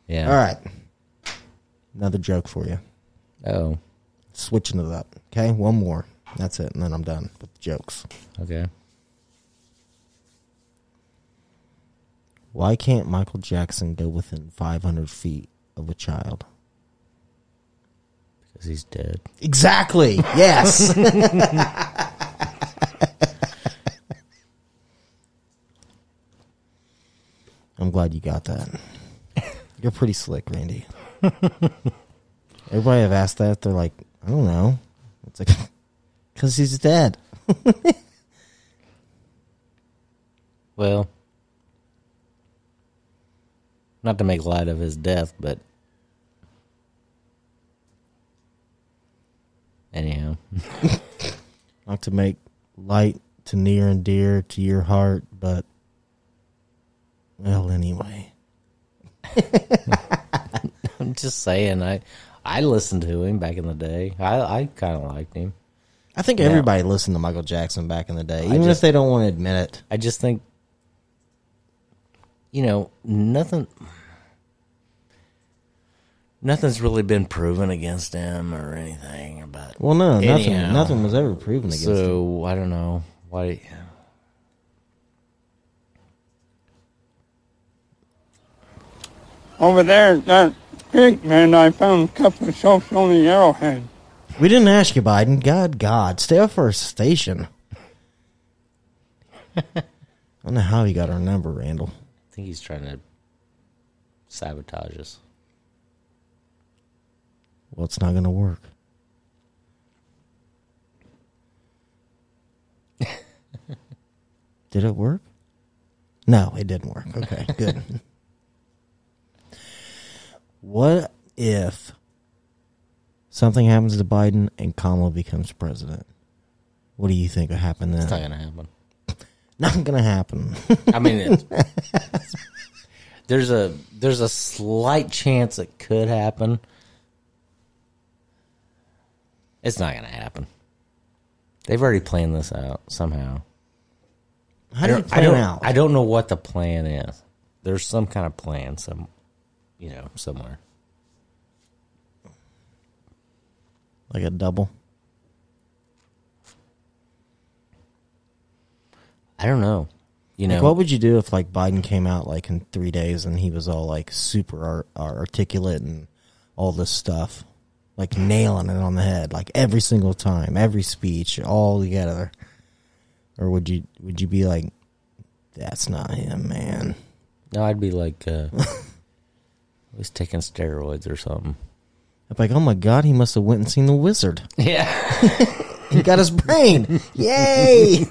A: Yeah.
B: All right. Another joke for you.
A: Oh,
B: Switching it up. Okay. One more. That's it. And then I'm done with the jokes.
A: okay.
B: Why can't Michael Jackson go within 500 feet of a child?
A: Because he's dead.
B: Exactly. (laughs) Yes. I'm glad you got that. You're pretty slick, Randy. Everybody I've asked that, they're like, I don't know. It's like, (laughs) because he's dead.
A: Well, Not to make light of his death, but anyhow, (laughs)
B: Not to make light to near and dear to your heart, but well, anyway.
A: I'm just saying. I I listened to him back in the day. I I kind of liked him.
B: I think everybody listened to Michael Jackson back in the day, even if
A: just-
B: they don't want to admit it.
A: I just think, you know, nothing, nothing's really been proven against him or anything. But
B: Well, no, nothing.
A: Anyhow.
B: Nothing was ever proven against him.
A: so I don't know why.
D: Over there at that creek, man, I found a couple of soaps on the arrowhead.
B: We didn't ask you, Biden. God, God, stay off our station. (laughs) I don't know how he got our number, Randall.
A: I think he's trying to sabotage us.
B: Well, it's not going to work. Did it work? No, it didn't work.
A: (laughs)
B: Okay, good. what if something happens to Biden and Kamala becomes president? What do you think will happen then?
A: It's not gonna happen.
B: Not going to happen.
A: I mean, it's, (laughs) there's a there's a slight chance it could happen. It's not going to happen. They've already planned this out somehow.
B: How do you
A: I
B: plan
A: don't,
B: out?
A: I don't know what the plan is. There's some kind of plan, some you know, somewhere.
B: like a double.
A: I don't know. You know,
B: Like, what would you do if like Biden came out like in three days and he was all like super ar- ar- articulate and all this stuff, like nailing it on the head, like every single time, every speech, all together? Or would you would you be like, that's not him, man?
A: no, I'd be like, uh, (laughs) he's taking steroids or something.
B: I'm like, oh my god, he must have went and seen the wizard.
A: Yeah,
B: (laughs) He got his brain, yay!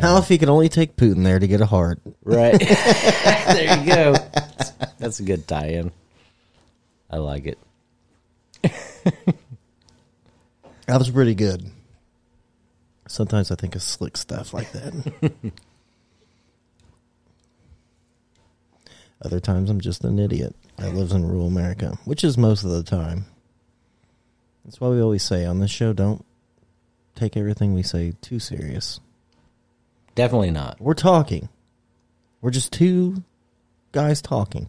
B: How if he could only take Putin there to get a heart?
A: right. (laughs) there you go. That's a good tie-in. I like it.
B: That was pretty good. Sometimes I think of slick stuff like that. Other times I'm just an idiot that lives in rural America, which is most of the time. That's why we always say on this show don't take everything we say too serious.
A: Definitely not.
B: We're talking. We're just two guys talking.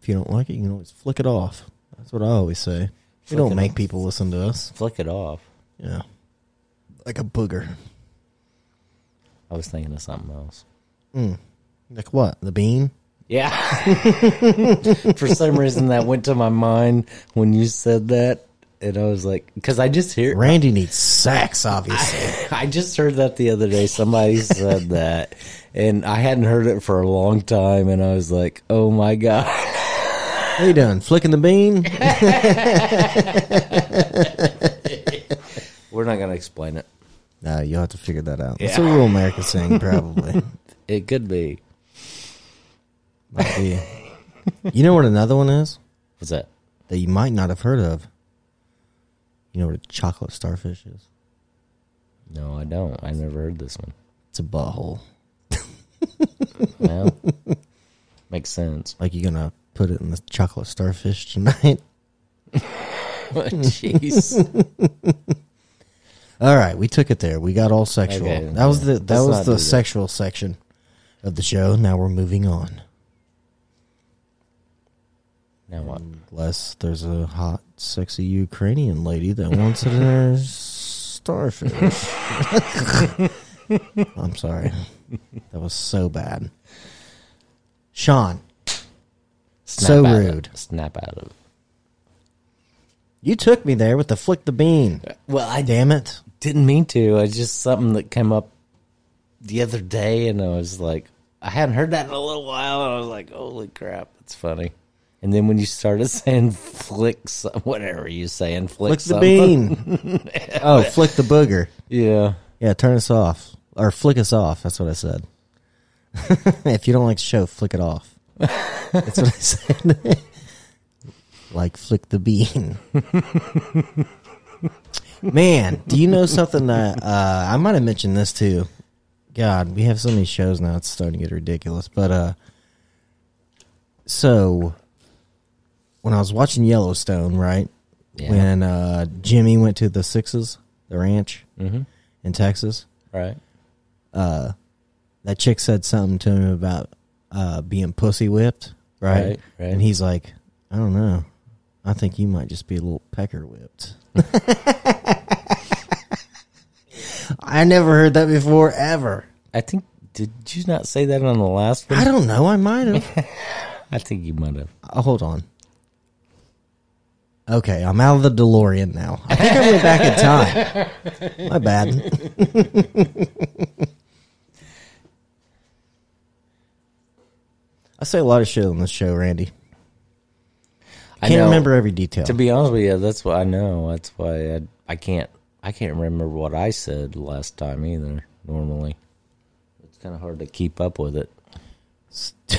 B: If you don't like it, you can always flick it off. That's what I always say. We
A: Flick
B: don't
A: it
B: make
A: off.
B: people listen to us.
A: Flick it off.
B: Yeah. Like a booger.
A: I was thinking of something else.
B: Like what? The bean?
A: Yeah. (laughs) For some reason, that went to my mind when you said that, and I was like, because I just hear. (laughs)
B: Randy needs sex, obviously.
A: I just heard that the other day. Somebody said that, and I hadn't heard it for a long time, and I was like, "Oh my god!"
B: How you doing? Flicking the bean?
A: We're not gonna explain it.
B: No, you'll have to figure that out. It's a real America saying, probably.
A: It could be.
B: Might be. You know what another one is
A: What's that?
B: that you might not have heard of? You know what a chocolate starfish is?
A: No, I don't. I never heard this one.
B: It's a butthole. (laughs)
A: No, makes sense. (laughs)
B: Like you're gonna put it in the chocolate starfish tonight. (laughs)
A: Oh, Jeez,
B: All right, we took it there. We got all sexual.
A: Okay.
B: that was the that
A: Let's
B: was
A: not
B: the
A: do that.
B: sexual section of the show. Now we're moving on.
A: now what?
B: Unless there's a hot, sexy Ukrainian lady that wants it in
A: (laughs)
B: her starfish. (laughs) I'm sorry. That was so bad. Sean,
A: Snap
B: So
A: out of
B: rude.
A: it. Snap out of it.
B: you took me there with the flick the bean.
A: Well, I
B: Damn it.
A: didn't mean to. It's just something that came up the other day, and I was like, I hadn't heard that in a little while, and I was like, holy crap, that's funny. And then when you started (laughs) saying flick, some- whatever you saying, flick,
B: Flick the
A: (laughs) something.
B: bean. oh, flick the booger.
A: yeah,
B: Yeah, turn us off. or flick us off. That's what I said. (laughs) if you don't like the show, flick it off. That's what I said. (laughs) like flick the bean. (laughs) Man, do you know something that uh, I might have mentioned this too? God, we have so many shows now; it's starting to get ridiculous. But uh, so when I was watching Yellowstone, right
A: Yeah.
B: when uh, Jimmy went to the Sixes, the ranch in Texas,
A: Right.
B: that chick said something to him about uh, being pussy whipped, right?
A: Right, right.
B: And he's like, I don't know. I think you might just be a little pecker whipped. (laughs) I never heard that before ever.
A: I think did you not say that on the last one?
B: I don't know. I might have.
A: I think you might have.
B: Oh, hold on. Okay, I'm out of the DeLorean now. I think I went back in time.
A: (laughs)
B: My bad. (laughs) I say a lot of shit on this show, Randy.
A: I
B: Can't
A: know.
B: remember every detail.
A: To be honest with you, that's what I know. That's why I, I can't. I can't remember what I said last time either. Normally, it's kind of hard to keep up with it.
B: (laughs)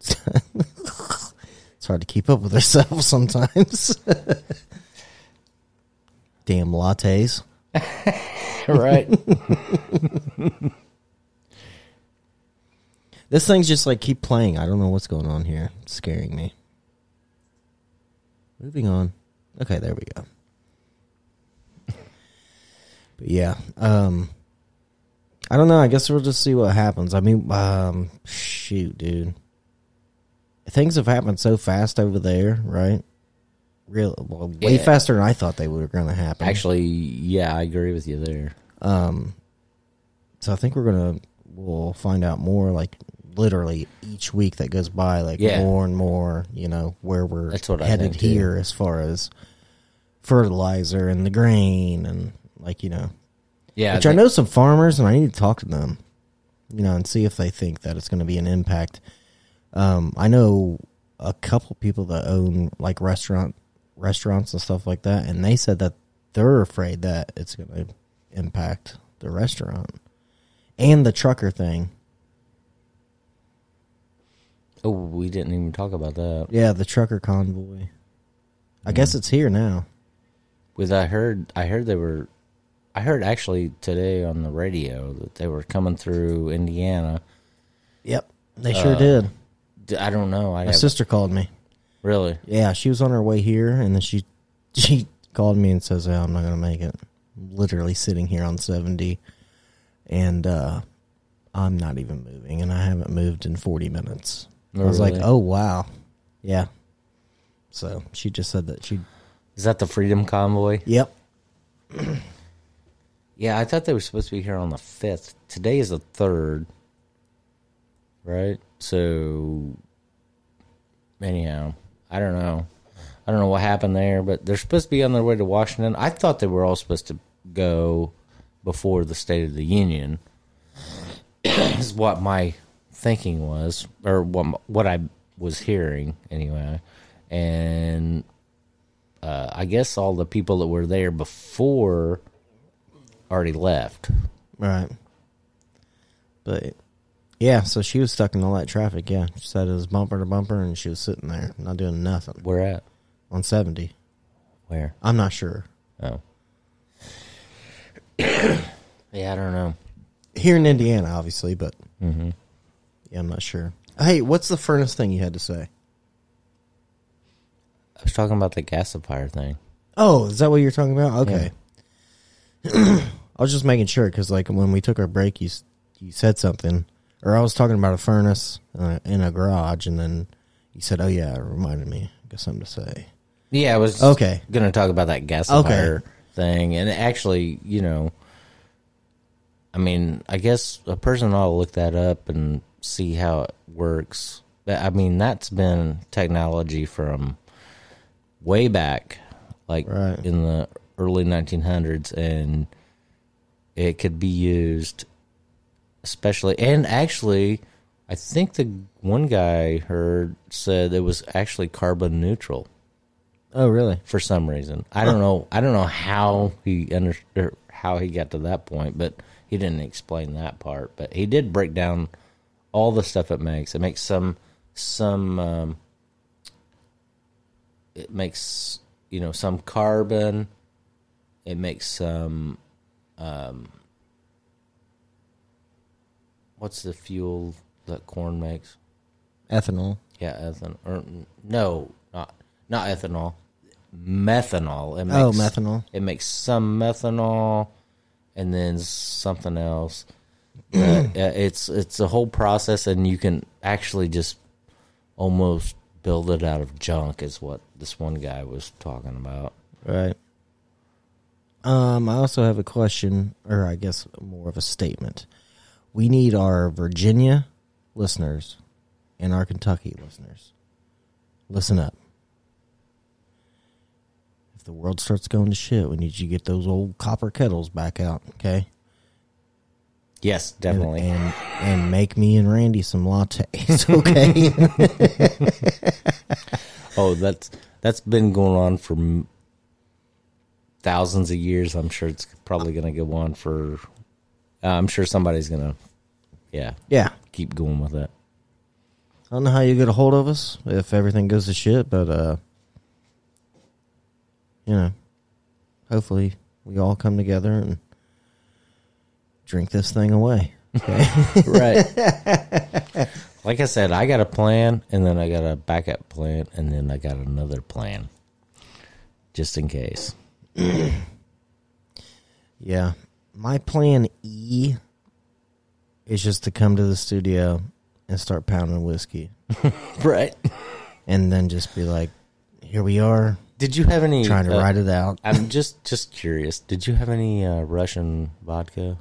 B: it's hard to keep up with ourselves sometimes. Damn lattes.
A: (laughs) Right?
B: (laughs) This thing's just like keep playing. I don't know what's going on here. It's scaring me. Moving on. Okay, there we go. (laughs) But yeah, um I don't know. I guess we'll just see what happens. I mean, um shoot, dude. Things have happened so fast over there, right? Real well, way
A: Yeah.
B: faster than I thought they were going to happen.
A: Actually, yeah, I agree with you there.
B: so I think we're gonna we'll find out more like literally each week that goes by, like
A: Yeah.
B: more and more. You know where we're
A: That's what I
B: headed
A: think, too.
B: here as far as fertilizer and the grain and like you know,
A: Yeah,
B: which I know some farmers and I need to talk to them, you know, and see if they think that it's going to be an impact. Um, I know a couple people that own like restaurant restaurants and stuff like that, and they said that they're afraid that it's going to impact the restaurant and the trucker thing.
A: Oh, we didn't even talk about that.
B: Yeah, the trucker convoy. I guess it's here now.
A: With I heard, I heard they were, I heard actually today on the radio that they were coming through Indiana.
B: Yep, they sure did.
A: D- I don't know. I
B: My
A: have,
B: sister called me.
A: really.
B: Yeah, she was on her way here, and then she (laughs) she called me and says, oh, "I'm not gonna make it." I'm literally sitting here on 70, and uh, I'm not even moving, and I haven't moved in 40 minutes. I
A: Oh,
B: was like,
A: really?
B: "Oh wow, yeah." So she just said that she.
A: Is that the Freedom Convoy?
B: Yep.
A: Yeah, I thought they were supposed to be here on the fifth. Today is the third, right? So, anyhow, I don't know. I don't know what happened there, but they're supposed to be on their way to Washington. I thought they were all supposed to go before the State of the Union. (clears throat) is what my thinking was, or what m- what I was hearing anyway, and. Uh, I guess all the people that were there before already left.
B: Right. But yeah, so she was stuck in all that traffic. Yeah, she said it was bumper to bumper, and she was sitting there not doing nothing
A: Where at?
B: on 70.
A: Where?
B: I'm not sure.
A: Oh. yeah, I don't know.
B: here in Indiana, obviously, but yeah, I'm not sure. Hey, what's the furnace thing you had to say?
A: I was talking about the gasifier thing.
B: Oh, is that what you're talking about? Okay. (clears throat) I was just making sure because, like, when we took our break, you s- you said something, or I was talking about a furnace uh, in a garage, and then you said, "Oh yeah, it reminded me. I got something to say."
A: Yeah, I was
B: Okay.
A: going to talk about that gasifier thing. And actually, you know, I mean, I guess a person ought to look that up and see how it works. But, I mean, that's been technology from way back, like
B: Right.
A: in the early 1900s, and it could be used, especially and actually, I think the one guy heard said it was actually carbon neutral
B: Oh, really?
A: for er, some reason. I don't know. I don't know how he under or how he got to that point, but He didn't explain that part, but he did break down all the stuff it makes. It makes some some um, it makes you know some carbon. It makes some um, what's the fuel that corn makes?
B: Ethanol.
A: Yeah, ethanol. Or, no, not not ethanol. Methanol. It makes,
B: Oh, methanol.
A: It makes some methanol, and then something else. (clears throat) But, uh, it's it's a whole process, and you can actually just almost build it out of junk. Is what this one guy was talking about.
B: Right. Um, I also have a question, or I guess more of a statement. We need our Virginia listeners and our Kentucky listeners. Listen up. If the world starts going to shit, we need you to get those old copper kettles back out, okay?
A: Yes, definitely.
B: And and make me and Randy some lattes, (laughs) okay?
A: oh, that's that's been going on for m- thousands of years. I'm sure it's probably going to go on for. Uh, I'm sure somebody's going to, yeah,
B: yeah.
A: keep going with it.
B: I don't know how you get a hold of us if everything goes to shit, but uh you know, hopefully we all come together and drink this thing away.
A: Right. (laughs) like I said, I got a plan, and then I got a backup plan, and then I got another plan, just in case.
B: Yeah. My plan E is just to come to the studio and start pounding whiskey
A: Right.
B: and then just be like, here we are
A: Did you have any
B: trying to
A: uh,
B: ride it out.
A: I'm just just curious. Did you have any uh, Russian vodka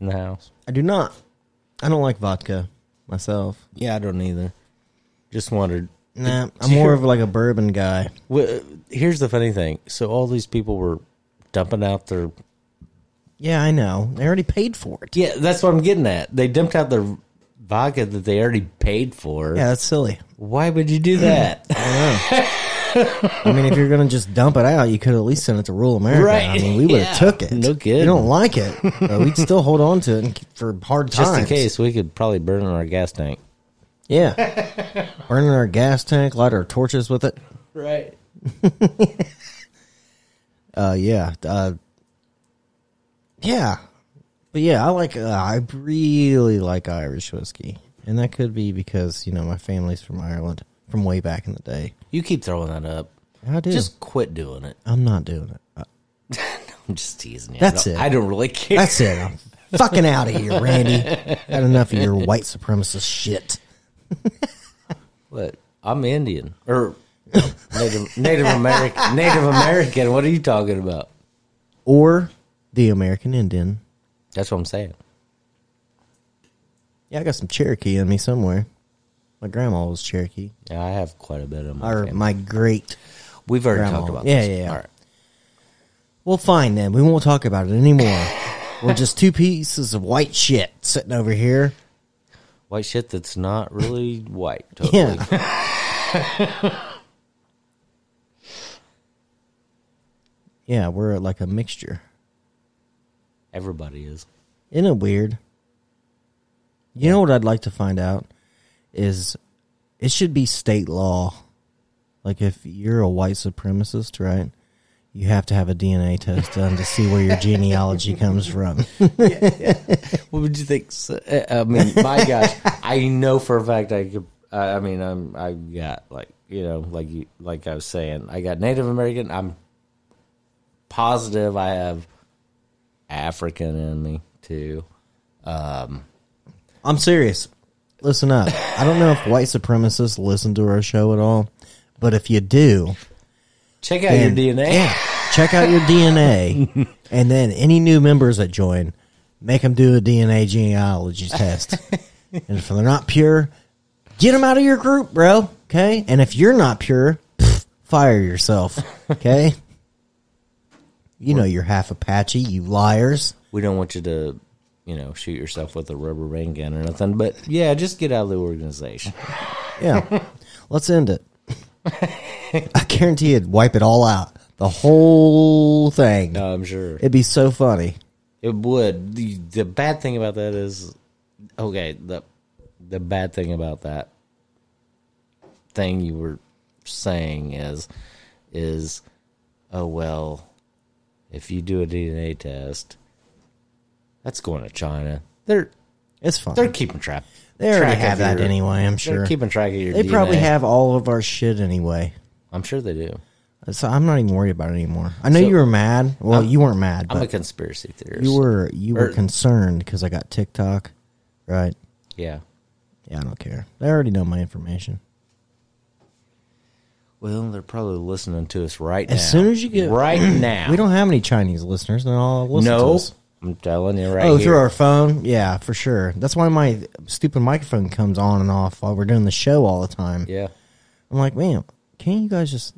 A: in the house?
B: I do not. I don't like vodka myself.
A: Yeah, I don't either. Just wondered.
B: Nah, I'm more of like a bourbon guy.
A: Well, here's the funny thing. So all these people were dumping out their.
B: Yeah, I know. They already paid for it.
A: Yeah, that's what I'm getting at. They dumped out their vodka that they already paid for.
B: Yeah, that's silly.
A: Why would you
B: (clears throat)
A: do that?
B: I mean, if you're gonna just dump it out, you could at least send it to rural America.
A: Right.
B: I mean, we would
A: Yeah.
B: have took it.
A: No kidding.
B: We don't like it, but we'd still hold on to it and keep- for hard times.
A: Just in case, we could probably burn it in our gas tank.
B: Yeah. Burning our gas tank, light our torches with it.
A: Right.
B: Uh, yeah. Uh, yeah. But yeah, I like. Uh, I really like Irish whiskey, and that could be because you know my family's from Ireland from way back in the day.
A: You keep throwing that up.
B: I do.
A: Just quit doing it. (laughs)
B: I'm not doing it. Uh,
A: I'm just teasing you.
B: That's
A: I don't-
B: it.
A: I don't really care.
B: That's it. I'm fucking out of here, Randy. Had enough of your white supremacist shit.
A: What? I'm Indian or Native Native American. Native American. What are you talking about?
B: or the American Indian.
A: That's what I'm saying.
B: Yeah, I got some Cherokee in me somewhere. My grandma was Cherokee,
A: Yeah, I have quite a bit of my.
B: or
A: family.
B: my great.
A: We've already
B: grandma.
A: talked about.
B: Yeah,
A: this.
B: yeah, yeah.
A: All right.
B: Well, fine then. We won't talk about it anymore. We're just two pieces of white shit sitting over here.
A: White shit that's not really (laughs) white. Totally.
B: Yeah. (laughs) yeah, we're like a mixture.
A: Everybody is.
B: Isn't it weird? You know what I'd like to find out is it should be state law. Like if you're a white supremacist, right? You have to have a DNA test done to see where your genealogy comes from.
A: What would you think? so- uh, I mean, (laughs) my gosh, I know for a fact I could. I I mean, I'm. I got like you know, like you, like I was saying, I got Native American. I'm positive I have African in me too.
B: I'm serious. Listen up. I don't know if white supremacists listen to our show at all, but if you do,
A: Check out
B: And-
A: your DNA.
B: Yeah, check out your
A: (laughs)
B: DNA, and then any new members that join, make them do a DNA genealogy test. and if they're not pure, get them out of your group, bro. Okay, and if you're not pure, pff, fire yourself.
A: (laughs)
B: Okay, you know you're half Apache, you liars.
A: We don't want you to, you know, shoot yourself with a rubber rain gun or nothing. But yeah, just get out of the organization. (laughs)
B: Yeah, let's end it. I guarantee it'd wipe it all out, the whole thing.
A: No, I'm sure.
B: It'd be so funny.
A: It would. The, the bad thing about that is, okay. The the bad thing about that thing you were saying is, is, oh well, if you do a DNA test, that's going to China. They're
B: It's fine.
A: they're keeping track.
B: They already
A: track of
B: have that
A: your-
B: anyway, I'm
A: They're
B: sure.
A: keeping track of your.
B: They probably
A: DNA.
B: have all of our shit anyway.
A: I'm sure they do.
B: So I'm not even worried about it anymore. I know
A: So-
B: you were mad. Well, you weren't mad,
A: I'm a er,
B: but
A: conspiracy theorist.
B: you were you were
A: or-
B: concerned because I got TikTok, right?
A: yeah.
B: Yeah, I don't care. They already know my information.
A: Well, they're probably listening to us right now.
B: As soon as you get-
A: right
B: (clears throat)
A: now,
B: We don't have any Chinese listeners. They're all listening to
A: No,
B: us.
A: I'm telling you right.
B: oh,
A: here.
B: through our phone? Yeah, for sure. That's why my stupid microphone comes on and off while we're doing the show all the time.
A: yeah.
B: I'm like, man, can't you guys just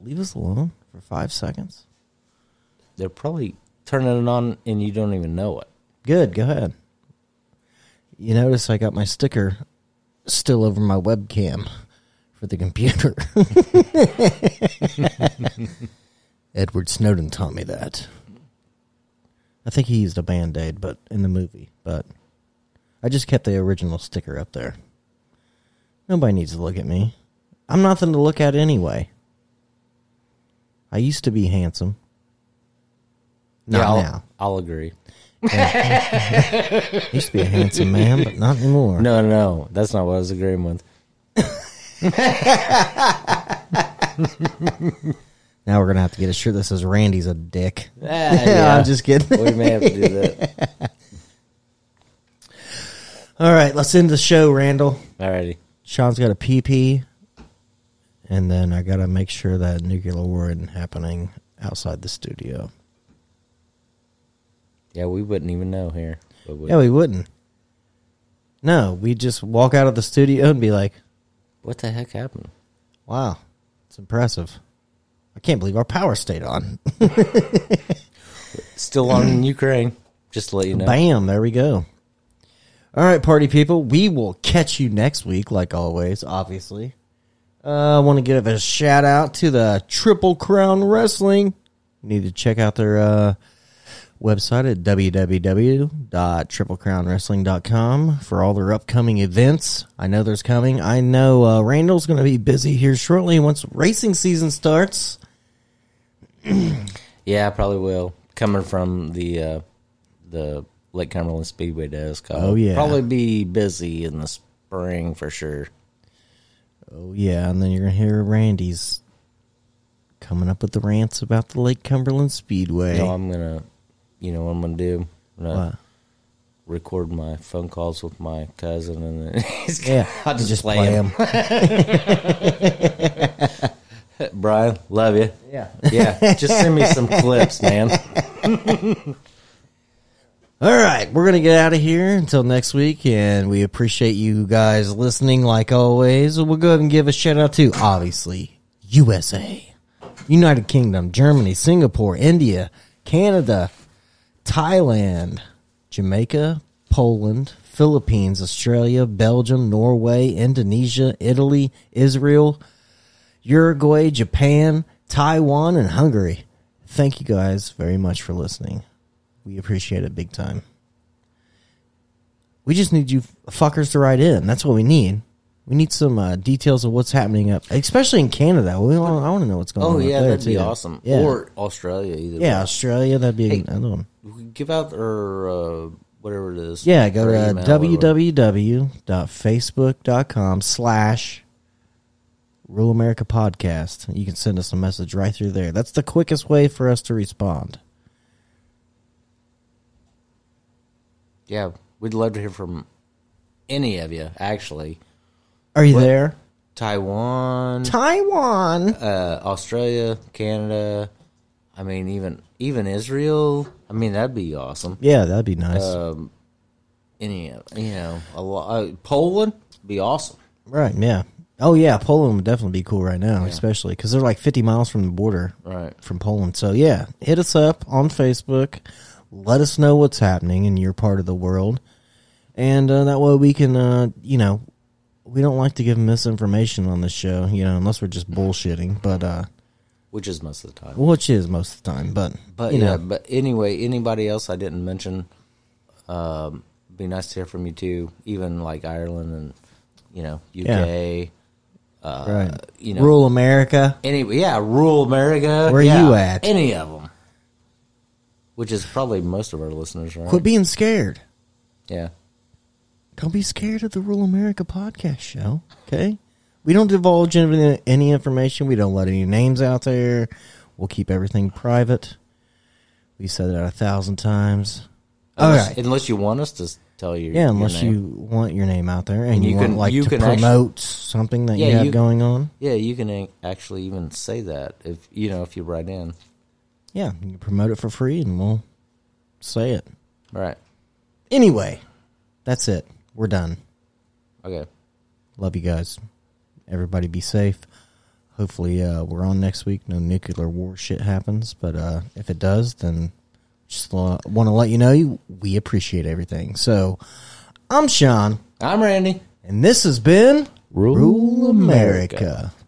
B: leave us alone for five seconds?
A: They're probably turning it on, and you don't even know it.
B: Good, go ahead. You notice I got my sticker still over my webcam for the computer. (laughs) Edward Snowden taught me that. I think he used a band aid, but in the movie, but I just kept the original sticker up there. Nobody needs to look at me. I'm nothing to look at anyway. I used to be handsome. Not
A: yeah, I'll,
B: now.
A: I'll agree.
B: Used to be a handsome man, but not anymore.
A: No, no, no, that's not what I was agreeing with.
B: Now we're gonna have to get a shirt that says Randy's a dick.
A: Ah, (laughs) yeah,
B: I'm just kidding. (laughs)
A: we may have to do that.
B: All right, let's end the show, Randall.
A: Alrighty.
B: Sean's got a PP, and then I gotta make sure that nuclear war isn't happening outside the studio.
A: Yeah, we wouldn't even know here. But we,
B: Yeah, we wouldn't. No, we just walk out of the studio and be like,
A: what the heck happened?
B: "Wow, it's impressive." I can't believe our power stayed on. (laughs)
A: Still on in Ukraine. Just to let you know.
B: Bam, there we go. All right, party people, we will catch you next week, like always, obviously. Uh, I want to give a shout out to the Triple Crown Wrestling. You need to check out their uh, website at www.triplecrownwrestling.com for all their upcoming events. I know there's coming. I know uh, Randall's going to be busy here shortly once racing season starts.
A: Yeah, I probably will. Coming from the uh, the Lake Cumberland Speedway desk. I'll
B: Oh, yeah.
A: probably be busy in the spring for sure.
B: Oh yeah, and then you're gonna hear Randy's coming up with the rants about the Lake Cumberland Speedway. Uh,
A: You know, I'm gonna, you know, what I'm gonna do. I'm gonna
B: What?
A: record my phone calls with my cousin, and then (laughs) he's gonna,
B: yeah,
A: I'll just, play, him. (laughs)
B: 'em.
A: Brian, love you.
B: yeah.
A: Yeah, just send me (laughs) some clips, man.
B: All right, we're gonna get out of here until next week, and we appreciate you guys listening. Like always, we'll go ahead and give a shout out to obviously USA, United Kingdom, Germany, Singapore, India, Canada, Thailand, Jamaica, Poland, Philippines, Australia, Belgium, Norway, Indonesia, Italy, Israel, Uruguay, Japan, Taiwan, and Hungary. Thank you guys very much for listening. We appreciate it big time. We just need you fuckers to write in. That's what we need. We need some uh, details of what's happening up, especially in Canada. We want, I want to know what's going on.
A: Oh
B: up
A: yeah,
B: there,
A: that'd be
B: too.
A: awesome.
B: Yeah.
A: Or Australia, either.
B: Yeah, Australia. That'd be
A: Hey.
B: another one.
A: We could give out or uh, whatever it is.
B: Yeah, go
A: Or
B: to uh,
A: email, whatever.
B: www.facebook.com slash Rule America Podcast. You can send us a message right through there. That's the quickest way for us to respond.
A: Yeah, we'd love to hear from any of you. Actually,
B: Are you there?
A: Taiwan,
B: Taiwan.
A: uh, Australia, Canada. I mean, even even Israel. I mean, that'd be awesome.
B: Yeah, that'd be nice.
A: Any of you know, a lot, uh, Poland be awesome.
B: right, yeah. Oh, yeah, Poland would definitely be cool right now, especially because they're like 50 miles from the border
A: Right.
B: from Poland. So, yeah, hit us up on Facebook. Let us know what's happening in your part of the world. And uh, that way we can, uh, you know, we don't like to give misinformation on this show, you know, unless we're just bullshitting. But uh,
A: which is most of the time.
B: which is most of the time. But
A: But
B: you
A: yeah,
B: know,
A: but anyway, anybody else I didn't mention, um, be nice to hear from you too. Even like Ireland and you know UK.
B: right?
A: uh, you know.
B: rural America.
A: Any yeah, rural America.
B: Where
A: yeah,
B: you at?
A: Any of them. Which is probably most of our listeners, right?
B: Quit being scared.
A: Yeah,
B: Don't be scared of the Rural America podcast show. Okay, we don't divulge any, any information. We don't let any names out there. We'll keep everything private. We said that a thousand times. All
A: unless,
B: right.
A: Unless you want us to s- tell you,
B: Yeah, unless
A: name.
B: you want your name out there and you,
A: you
B: want
A: can-
B: like
A: you
B: to
A: can
B: promote something that you
A: Yeah,
B: have
A: you-
B: going on.
A: Yeah, you can a- actually even say that if you know if you write in.
B: Yeah, you can promote it for free and we'll say it.
A: Right.
B: Anyway, that's it. We're done.
A: Okay.
B: Love you guys. Everybody be safe. Hopefully uh, we're on next week. No nuclear war shit happens, but uh, if it does, then just want to let you know you- we appreciate everything. So I'm Sean,
A: I'm Randy.
B: and this has been
A: Rule
B: Rule America.
A: America.